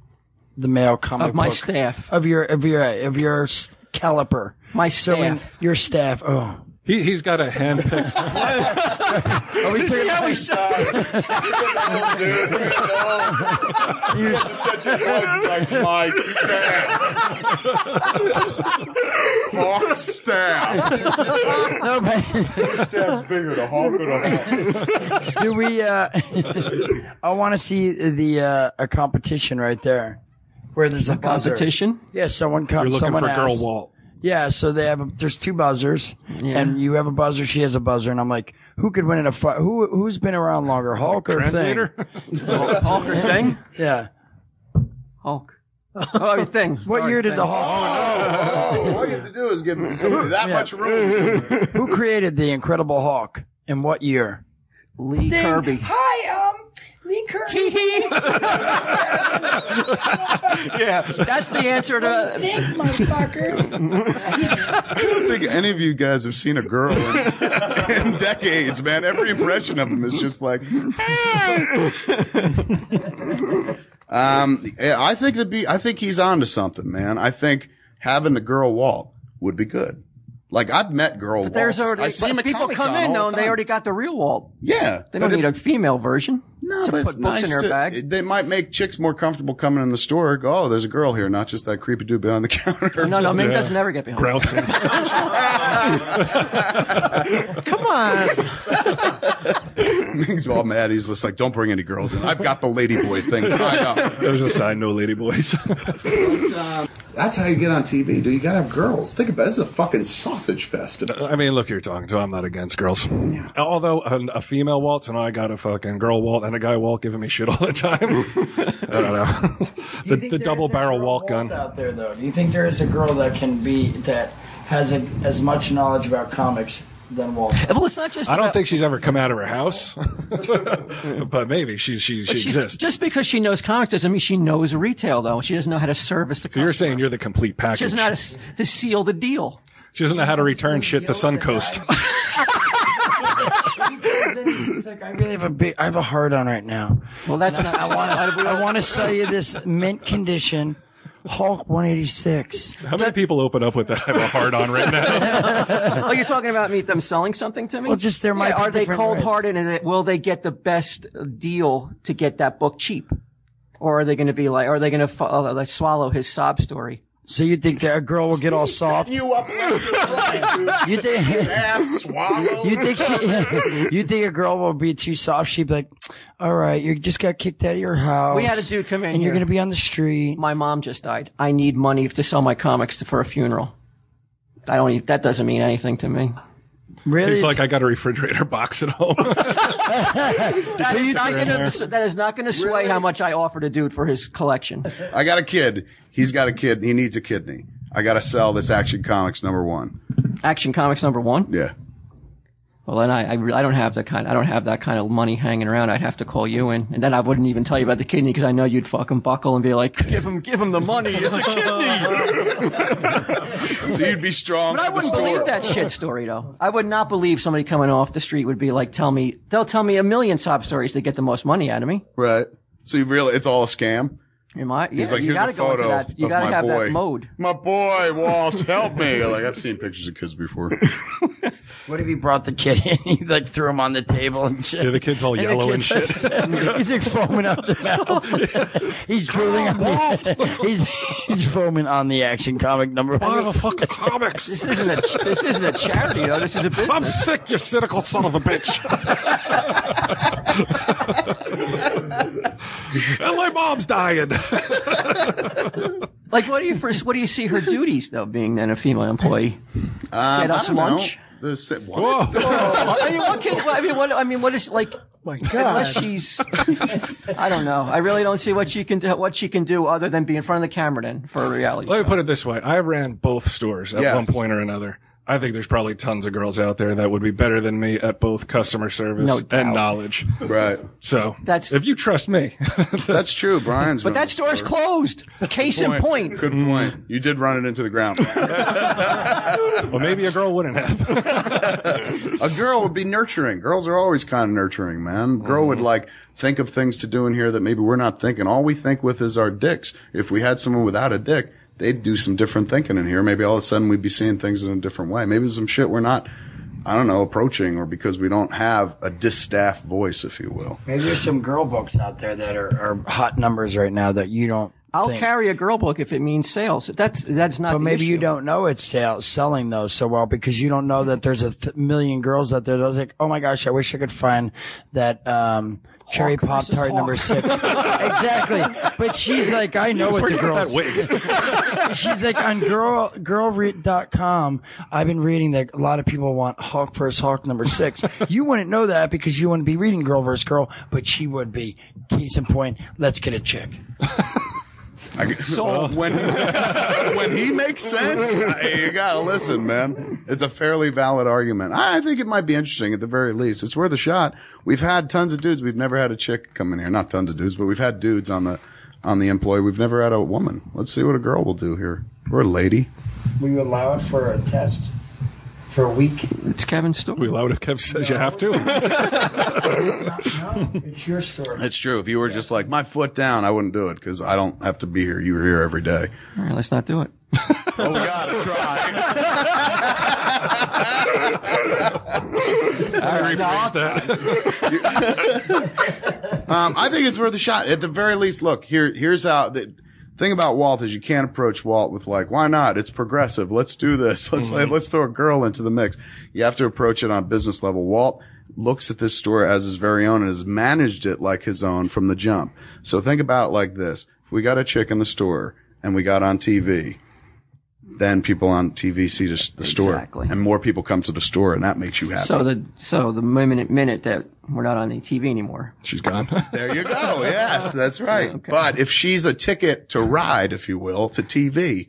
the male comic Of my book. staff. of your of your of your s- caliper. My So in staff. your staff. Oh, [laughs] He, he's got a handpicked. are we talking about- This is such a voice like my [laughs] staff. Hawk staff. [laughs] [laughs] no, but Staff's bigger, the hawk or the hawk? do we? Uh, [laughs] I want to see the uh, a competition right there, where there's a, buzzer. competition. Yeah, someone You're comes. looking someone for girl asks. Walt. Yeah, so they have a, there's two buzzers, and you have a buzzer, she has a buzzer, and I'm like, who could win in a fight? Who who's been around longer, Hulk or Translator? [laughs] Hulk or [laughs] thing? Thing? Yeah. Hulk. Oh, your thing. What Sorry, year did thing. the Hulk? Oh, all you have to do is give [laughs] somebody that much room. Who created the Incredible Hulk? In what year? Lee Kirby? Hi, um, Lee Kirby. [laughs] That's the answer to. Thank [laughs] Oh motherfucker. I don't think any of you guys have seen a girl in, [laughs] in decades, man. Every impression of him is just like, hey. um, yeah, I think that be, I think he's onto something, man. I think having the girl Walt would be good. Like I've met girl Walt. There's already I see but him at people Comic-Con come in though, all the and they time. already got the real Walt. yeah. They don't but it- need a female version. no, to but put it's books nice in their to- bag. They might make chicks more comfortable coming in the store. Go, oh, there's a girl here, not just that creepy dude behind the counter. No, no, Mink doesn't ever get behind. Grousing. Come on. [laughs] Ming's all mad. He's just like, don't bring any girls in. I've got the ladyboy thing. I know. There's a side no lady boys. [laughs] That's how you get on TV, dude. You gotta have girls. Think about it. This is a fucking sausage fest. I mean, look, who you're talking to. I'm not against girls. Although a, a female Walt, and I got a fucking girl Walt and a guy Walt giving me shit all [laughs] the time. I don't [laughs] know. The, Do you think the there double is a barrel girl Walt gun. out there though. Do you think there is a girl that can be that has a, as much knowledge about comics than Walt? Well, it's not just. I don't about- think she's ever come out of her house, [laughs] but maybe she she, she But she's- exists. Just because she knows comics doesn't mean she knows retail, though. She doesn't know how to service the. so you're saying you're the complete she package. doesn't know how to, s- to seal the deal. She doesn't know how to return shit to Suncoast. [laughs] It's like I really have a big, I have a hard on right now. Well, that's not. I want I want to sell you this mint condition Hulk [laughs] 186. How many people open up with that? I have a hard on right [laughs] now. Oh, you're talking about me them selling something to me? Well, just there might Yeah, be are they different cold ways. hearted and they- will they get the best deal to get that book cheap, or are they going to be like, are they going to uh, like swallow his sob story? So you think that a girl will get all soft? you up left and right, dude. You think? Half swallow. You think she, you think a girl will be too soft? She'd be like, "All right, you just got kicked out of your house. We had a dude come in and you're here. gonna be on the street. My mom just died. I need money to sell my comics to, for a funeral. I don't. Even, that doesn't mean anything to me. Really? He's like, I got a refrigerator box at home. [laughs] That is not her in gonna- there. that is not going to sway how much I offer to dude for his collection. I got a kid. He's got a kid. He needs a kidney. I gotta sell this Action Comics number one. Action Comics number one. Yeah. Well, then I, I, re- I don't have that kind. I don't have that kind of money hanging around. I'd have to call you in, and then I wouldn't even tell you about the kidney because I know you'd fucking buckle and be like, "Give him, give him the money. It's a kidney." So you'd be strong. but I for the wouldn't store. believe that shit story though. I would not believe somebody coming off the street would be like, "Tell me." They'll tell me a million sob stories to get the most money out of me. Right. So you really, it's all a scam. Am I? Yeah, He's like, you gotta here's a photo go into that. You of gotta my have boy. that mode. My boy, Walt, help me. [laughs] Like I've seen pictures of kids before. what if he brought the kid in? [laughs] He like threw him on the table and shit. yeah, the [laughs] kid's all And the yellow and kid's shit. like- [laughs] he's like foaming up the mouth. [laughs] he's drooling on the, [laughs] he's, he's foaming on the action comic number Out one. of the fucking comics. This isn't a. this isn't a charity though. This is a [laughs] I'm business. sick, you cynical son of a bitch. [laughs] and my mom's [laughs] dying. Like, what do you first? What do you see her duties though? Being then a female employee. Um, Get us I don't know. lunch? The sa- what? I mean, what can, I mean, what, I mean, what is like? My God. Unless she's, I don't know. I really don't see what she can do, what she can do other than be in front of the camera then for a reality. Let me show. put it this way: I ran both stores at Yes. one point or another. I think there's probably tons of girls out there that would be better than me at both customer service No doubt. and knowledge. Right. So That's- if you trust me, That's true, Brian's. But that store's closed. Case in point. Good point. You did run it into the ground. well, maybe a girl wouldn't have. a girl would be nurturing. Girls are always kind of nurturing, man. Girl would like think of things to do in here that maybe we're not thinking. All we think with is our dicks. If we had someone without a dick, they'd do some different thinking in here. Maybe all of a sudden we'd be seeing things in a different way. Maybe some shit we're not, I don't know, approaching or because we don't have a distaff voice, if you will. Maybe there's some girl books out there that are, are hot numbers right now that you don't. I'll think. carry a girl book if it means sales. That's that's not. But the maybe you issue. Mm-hmm. don't know it's sell, selling those so well because you don't know that there's a th- million girls out there. that was like, oh my gosh, I wish I could find that um, cherry pop versus tart hawk. [laughs] number six. exactly. But she's like, I know what the girls. [laughs] she's like on girl girlread.com i've been reading that a lot of people want hawk versus hawk [laughs] number six you wouldn't know that because you wouldn't be reading girl versus girl but she would be case in point let's get a chick I g- [laughs] when when he makes sense, I- you gotta listen, man. It's a fairly valid argument. I think it might be interesting at the very least. It's worth a shot. We've had tons of dudes. We've never had a chick come in here. Not tons of dudes, but we've had dudes on the on the employee. We've never had a woman. Let's see what a girl will do here or a lady. will you allow it for a test for a week It's Kevin's [laughs] store. We allowed if Kev says you have to. no it's your story It's true. If you were just like my foot down, I wouldn't do it because I don't have to be here. You were here every day. All right, let's not do it. Oh God, I tried. All right, no, I'll- Um, I think it's worth a shot. At the very least, look here. Here's how the thing about Walt is you can't approach Walt with like, why not? It's progressive. Let's do this. [laughs] Let's let's throw a girl into the mix. You have to approach it on business level. Walt looks at this store as his very own and has managed it like his own from the jump. So think about it like this: if we got a chick in the store and we got on TV. Then people on TV see the, the store, Exactly. and more people come to the store, and that makes you happy. so the so the minute minute that we're not on the TV anymore. She's gone. There you go. Yes, that's right. But if she's a ticket to ride, if you will, to TV,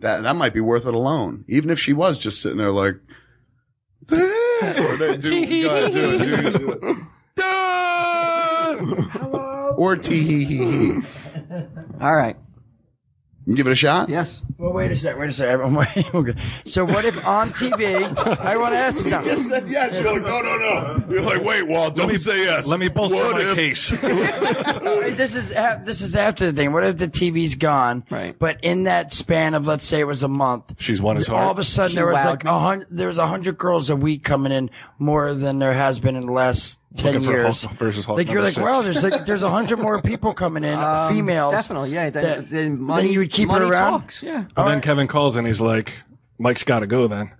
that that might be worth it alone. Even if she was just sitting there like, "Ah," or that, do, go ahead, do it, do it, do [laughs] it. Ah! Or tee hee hee hee. All right. You Give it a shot. Yes. well wait a sec wait a sec [laughs] I'm wait- okay. so what if on [laughs] tv i want to ask you something. said yes. You're like, no, no, no. You're like, wait, Walt, don't say yes. Let me bolster What my if- case. Wait, this is af- this is after the thing. What if the TV's gone? Right. But in that span of let's say it was a month, She's won his heart. all of a sudden She there was wowed like me. a hundred. There was a hundred girls a week coming in more than there has been in the last ten Looking for years. Hulk versus Hulk like you're number like, wow, six. Um, there's like there's a hundred more people [laughs] coming in, females. Definitely. Yeah. Then, that- then money. you would keep money it around. Talks. Yeah. And then Kevin calls and he's like, Mike's got to go then.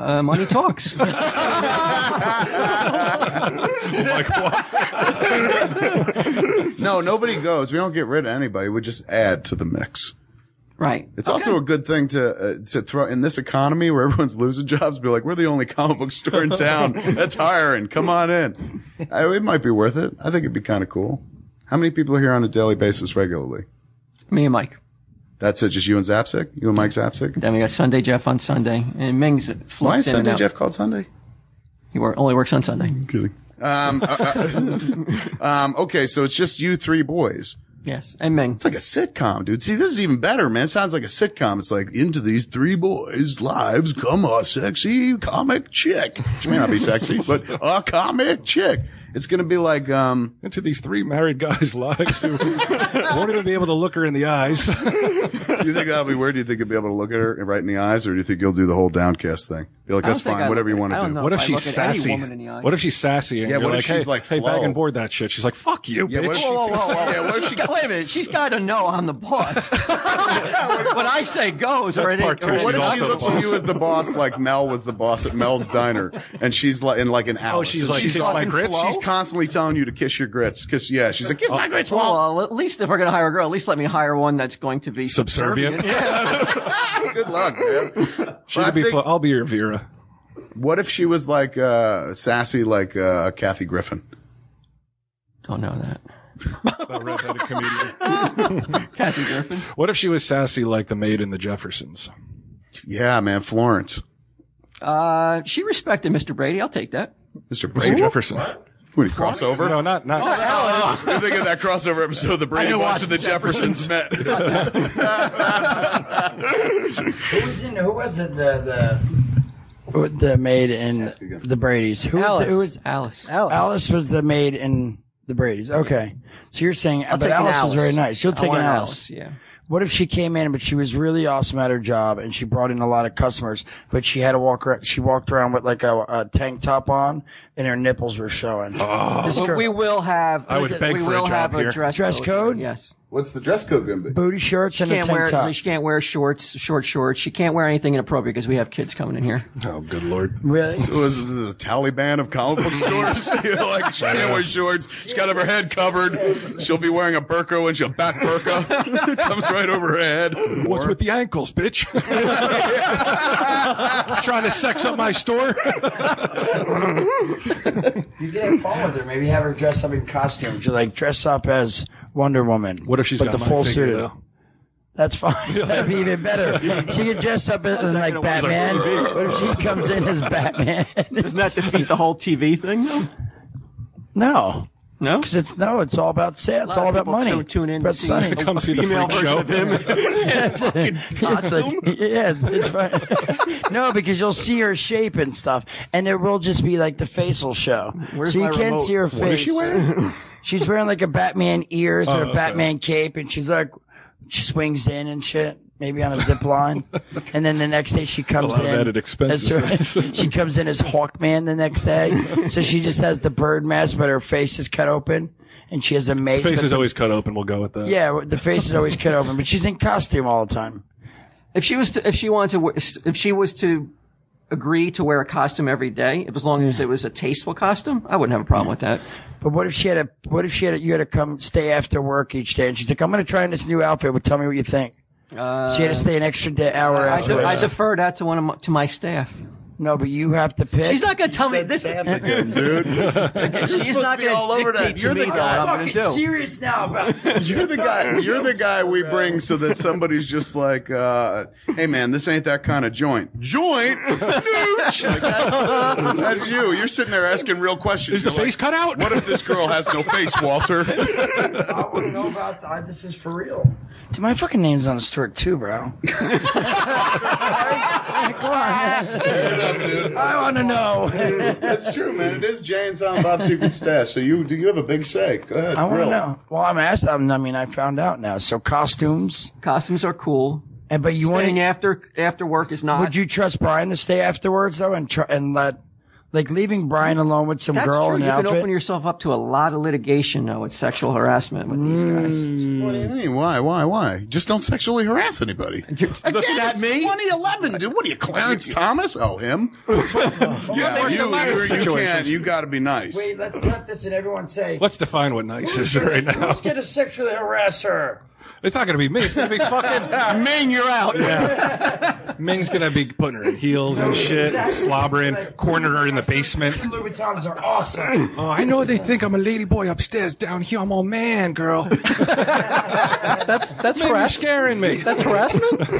Uh, money talks. Mike walks. No, nobody goes. We don't get rid of anybody. We just add to the mix. right. It's also a good thing to uh, to throw in this economy where everyone's [laughs] losing jobs. Be like, we're the only comic book store in town that's hiring. Come on in. I, it might be worth it. I think it'd be kind of cool. How many people are here on a daily basis regularly? Me and Mike. That's it. Just you and Zapsik. You and Mike Zapsik. Then we got Sunday Jeff on Sunday, and Ming's floats Why in is Sunday and out. Jeff called Sunday? He wor- only works on Sunday. Kidding. Um, uh, uh, um, okay, so it's just you three boys. Yes, and Ming. It's like a sitcom, dude. See, this is even better, man. It sounds like a sitcom. It's like into these three boys' lives come a sexy comic chick. She may not be sexy, but a comic chick. It's gonna be like, um, Into these three married guys' lives who [laughs] won't even be able to look her in the [laughs] eyes. do you think that'll be weird? Do you think you'll be able to look at her right in the eyes, or do you think you'll do the whole downcast thing? Be like, I don't that's think fine, I'd whatever you look want at- I to don't do. know. What if I she's look at any sassy? woman in the eye. What if she's sassy? And Yeah, you're what if like, she's hey, like hey, bag Flo? and board that shit. She's like, fuck you, Yeah, bitch. what if she- Whoa, whoa, whoa, Yeah, whoa. what if [laughs] She's she- got- wait a minute. She's got to know I'm the boss. [laughs] when I say goes, or it part ain't two. or it [laughs] What She's if ain't she also the looks at you as the boss, like Mel was the boss at Mel's diner, and she's like in like an hour? Oh, she's So like, kiss my fucking grits? Flo? She's constantly telling you to kiss your grits. Kiss, yeah. She's like, kiss my grits, Walt. Well, at least if we're going to hire a girl, at least let me hire one that's going to be Subservient. Good luck, man. She'd I be think- Flo. I'll be your Vera. What if she was like uh, sassy, like uh, Kathy Griffin? Don't know that. That redheaded comedian. [laughs] Kathy Griffin. What if she was sassy like the maid in the Jeffersons? Yeah, man, Florence. Uh, she respected Mr. Brady. I'll take that. Mr. Brady? Jefferson. Wait, crossover? No, not not. You're thinking of that crossover episode, of the Brady know Bunch and the Jeffersons, [laughs] met. Who's in, who was it? The the the maid in the Brady's. Who was the, who was Alice. Alice. Alice was the maid in the Brady's. Okay, so you're saying, I'll but take an Alice, was very nice. You'll I take an want Alice. Yeah. What if she came in, but she was really awesome at her job, and she brought in a lot of customers, but she had to walk. Around, she walked around with like a, a tank top on, and her nipples were showing. Uh. This But girl- we will have. I would we beg for a will job have here. a dress, Dress code? Yes. What's the dress code going to be? booty shorts and a Can't tank wear. top. She can't wear shorts, short shorts. She can't wear anything inappropriate because we have kids coming in [laughs] here. Oh, good lord. Really? It was the Taliban of comic book stores. [laughs] you know, like she can't wear shorts. She's got to have her head covered. She'll be wearing a burqa when she'll back burqa. [laughs] Comes right over her head. What's with the ankles, bitch? [laughs] Trying to sex up my store? You can have fun with her. Maybe have her dress up in costume. She's like dress up as Wonder Woman. What if she's but got the my full figure, suit? though? [laughs] That's fine. That'd be even better. She could dress up as like Batman. What if she comes in as Batman? [laughs] Doesn't that defeat the whole TV thing though? no. No. [laughs] 'Cause It's, no, it's all about sales. It's all about money. Tune, tune in. It's about to see Sunny. a Come see the female freak show. version of him. [laughs] It's like- it's like- [laughs] yeah, it's, it's fine. [laughs] no, because you'll see her shape and stuff, and it will just be like the facial show. Where's so you my can't remote? see her face. What is she wearing? [laughs] she's wearing like a Batman ears and a Batman cape, and she's like, she swings in and shit. Maybe on a zip line, and then the next day she comes lot of in. added expenses. That's right. [laughs] she comes in as Hawkman the next day, so she just has the bird mask, but her face is cut open, and she has a mace. Face but is the- always cut open. We'll go with that. yeah, the face is always cut open, but she's in costume all the time. If she was to, if she wanted to, wear- if she was to agree to wear a costume every day, if as long as it was a tasteful costume, I wouldn't have a problem with that. But what if she had a? What if she had? A, you had to come stay after work each day, and she's like, "I'm going to try on this new outfit. Well, tell me what you think." she had to stay an extra day, hour Uh, I, de- after. I defer that to one of my, to my staff. no, but you have to pick. She's not going to tell me this. again, [laughs] dude. She's supposed not to be all going over to that. dictate You're to the me what guy. I'm going to do. serious now about this. You're [laughs] the guy. You're the guy we bring so that somebody's just like, uh, "Hey, man, this ain't that kind of joint." [laughs] Joint, Nooch! Like, that's, that's you. You're sitting there asking real questions. Is the You're face like, cut out? What if this girl has no [laughs] face, Walter? I want to know about that. This is for real. Dude, my fucking name's on the store too, [laughs] bro. Come on, I want to know. That's true, man. It is Jay and Silent Bob's secret stash. So you do you have a big say? Go ahead. I want to grill. know. Well, I'm asked. I'm, I mean, I found out now. So costumes, Costumes are cool. and but you want Staying to after after work is not. Would you trust Brian to stay afterwards though, and tr- and let like leaving Brian alone with some That's girl true. in You an can outfit? open yourself up to a lot of litigation though with sexual harassment with these guys. What do you mean? Why? Why? Why? Just don't sexually harass [laughs] anybody. Again, looking at it's me? 2011, dude. What are you, Clarence Thomas? [laughs] Oh, him? yeah, you, you, you can't. You got to be nice. Wait, let's cut this and everyone say, Let's define what nice is right now. "Let's get a sexually harass her." It's not going to be me. It's going to be fucking Ming. You're out. Yeah. [laughs] Ming's going to be putting her in heels and shit, and slobbering, cornering her in the basement. Louboutins are awesome. Oh, I know they think I'm a lady boy upstairs. Down here, I'm all man, girl. That's that's Man, you're harassment. scaring me. That's harassment.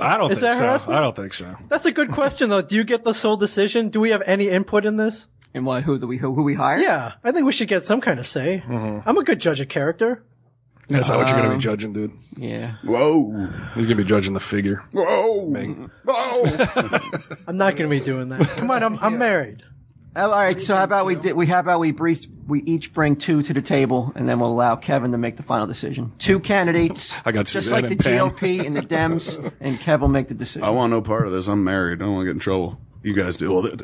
I don't think Is that so. harassment? I don't think so. That's a good question though. Do you get the sole decision? Do we have any input in this? And what? Who do we who, who we hire? Yeah, I think we should get some kind of say. I'm a good judge of character. That's not what you're going to be Um, judging, dude. Yeah. Whoa, He's going to be judging the figure. whoa, Oh. whoa! I'm not going to be doing that. Come on, I'm [laughs] I'm married. Oh, all right. So how about we did we how about we brief, we each bring two to the table and then we'll allow Kevin to make the final decision. Two candidates. I got just Suzanne like the and Pam. GOP and the Dems, and Kev will make the decision. I want no part of this. I'm married. I don't want to get in trouble. You guys deal with it. [laughs]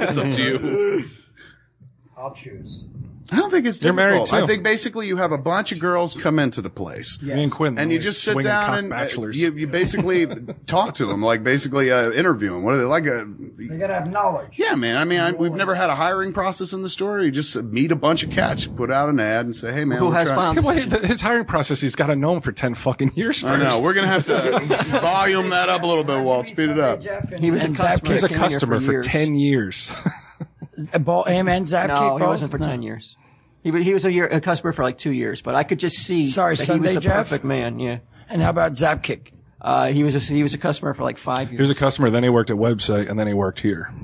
it's up to you. I'll choose. I don't think it's You're married, difficult. I too. think basically you have a bunch of girls come into the place. Me and Quinn. and you just sit down and uh, bachelors. you, you basically talk to them, like basically uh, interview them. What are they like? uh, A, They gotta have knowledge. yeah, man. I mean, I, we've never had a hiring process in the store. You just meet a bunch of cats, put out an ad, and say, "Hey, man, Who we're has fun? trying- Yeah, [laughs] well, he- his hiring process, he's got to know him for 10 fucking years first. I know we're gonna [laughs] have to volume that up a little bit, Walt. Speed it up. He was a And Zap customer. He's a Came here customer for, years. 10 years. [laughs] Ball, him and Zap No, kick he both? wasn't for No. ten years. He, wa- he was a, year, a customer for like two years, but I could just see Sorry, that he Sunday, was the Jeff? perfect man. Yeah, And how about Zapkick? Uh, he was a, he was a customer for like five He was years. a customer, then he worked at website, and then he worked here.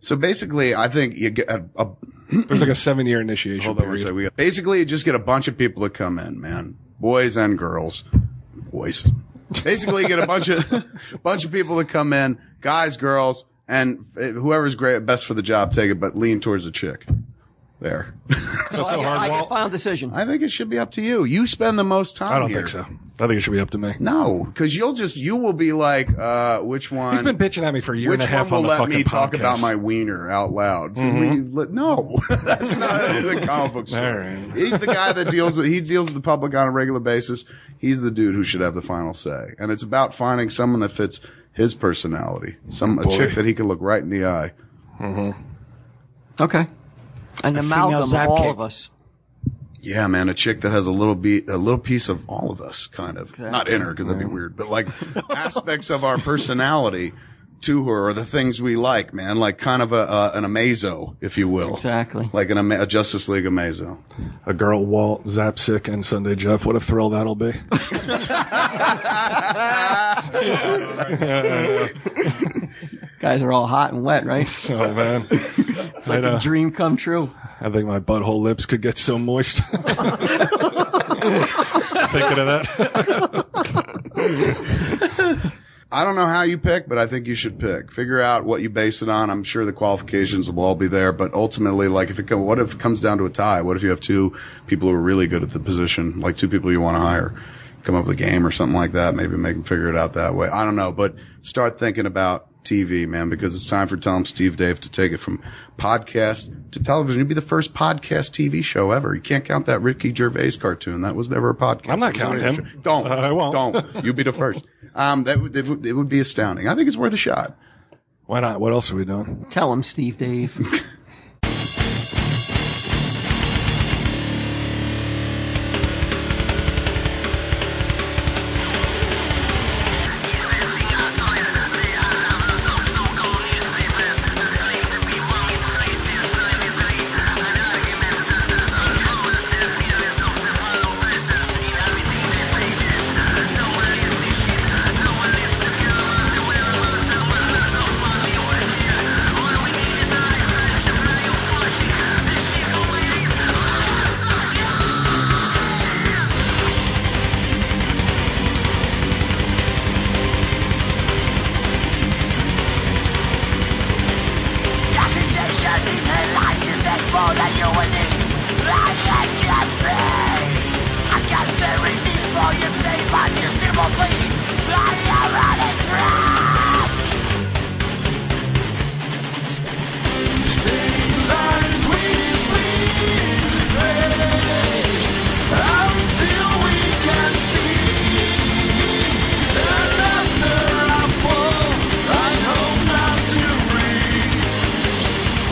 So basically, I think you get a, a There's like a seven year initiation. Hold on one second. We got- basically you just get a bunch of people to come in, man, boys and girls, boys. Basically, you get a bunch of [laughs] bunch of people to come in, guys, girls, and f- whoever's great best for the job, take it, but lean towards the chick. There, [laughs] so I, get- I get final decision. I think it should be up to you. You spend the most time. I don't here. think so. I think it should be up to me. No, because you'll just you will be like, uh, which one? He's been bitching at me for a year which and a half on one will the let fucking me talk podcast. about my wiener out loud? So Mhm. will you let- no, [laughs] that's not the comic book story. All right. He's the guy that deals [laughs] with he deals with the public on a regular basis. He's the dude who should have the final say, and it's about finding someone that fits his personality, some a Boy. chick that he can look right in the eye. Okay. An A female amalgam of Zapkick. all of us. Yeah, man, a chick that has a little be a little piece of all of us, kind of not in her because that'd be weird, but like aspects of our personality to her or the things we like, man, like kind of a uh, an amazo, if you will, exactly, like an ama- a Justice League amazo. A girl, Walt, Zapsick, and Sunday Jeff. What a thrill that'll [laughs] be. Guys are all hot and wet, right? oh man, it's like I know. a dream come true. I think my butthole lips could get so [laughs] moist. [laughs] Thinking of that. I don't know how you pick, but I think you should pick. Figure out what you base it on. I'm sure the qualifications will all be there, but ultimately, like if it co- what if it comes down to a tie? What if you have two people who are really good at the position, like two people you want to hire? Come up with a game or something like that. Maybe make them figure it out that way. I don't know, but start thinking about TV, man, because it's time for Tom, Steve, Dave to take it from podcast to television. It'd be the first podcast TV show ever. You can't count that Ricky Gervais cartoon. That was never a podcast. I'm not It was a counting radio him. Uh, show. Don't. I won't. Don't. You'll be the first. Um, that would, it would, it would be astounding. I think it's worth a shot. Why not? What else are we doing? Tell him, Steve, Dave. Documentation in her life is that more than you will need. I like your fate. I'm considering me for your pain, but you still won't bleed. I am an address. Stay lives we bleed today until we can see. And after I fall, I hope not to read.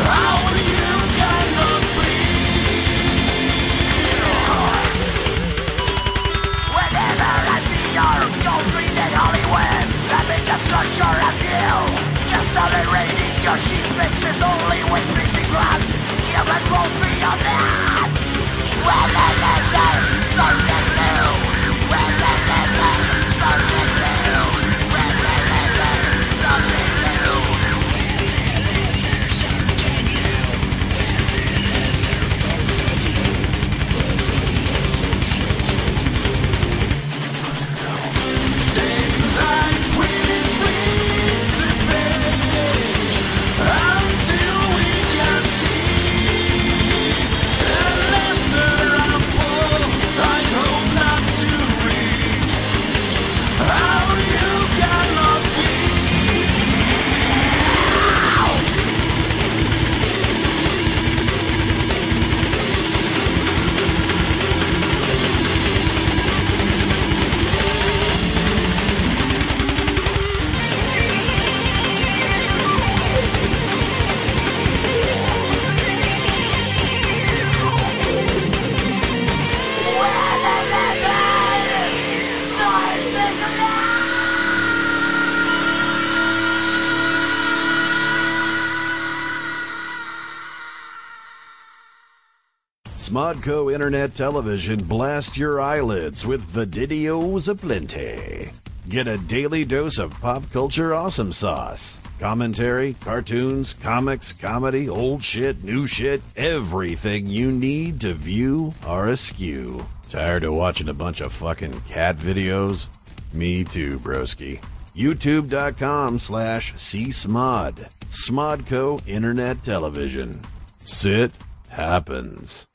How do you cannot feel? Whenever I see your complete and holy web, let me just not sure of you. Just tolerating your sheep mixes only with missing grass. You can grow beyond that. Women is there, something new. Women is there, something new. Women is there, something new. Until we can see, and after I fall, Smodco Internet Television blast your eyelids with videos aplenty. Get a daily dose of pop culture awesome sauce. Commentary, cartoons, comics, comedy, old shit, new shit, everything you need to view are askew. Tired of watching a bunch of fucking cat videos? Me too, broski. YouTube.com slash csmod. Smodco Internet Television. Sit happens.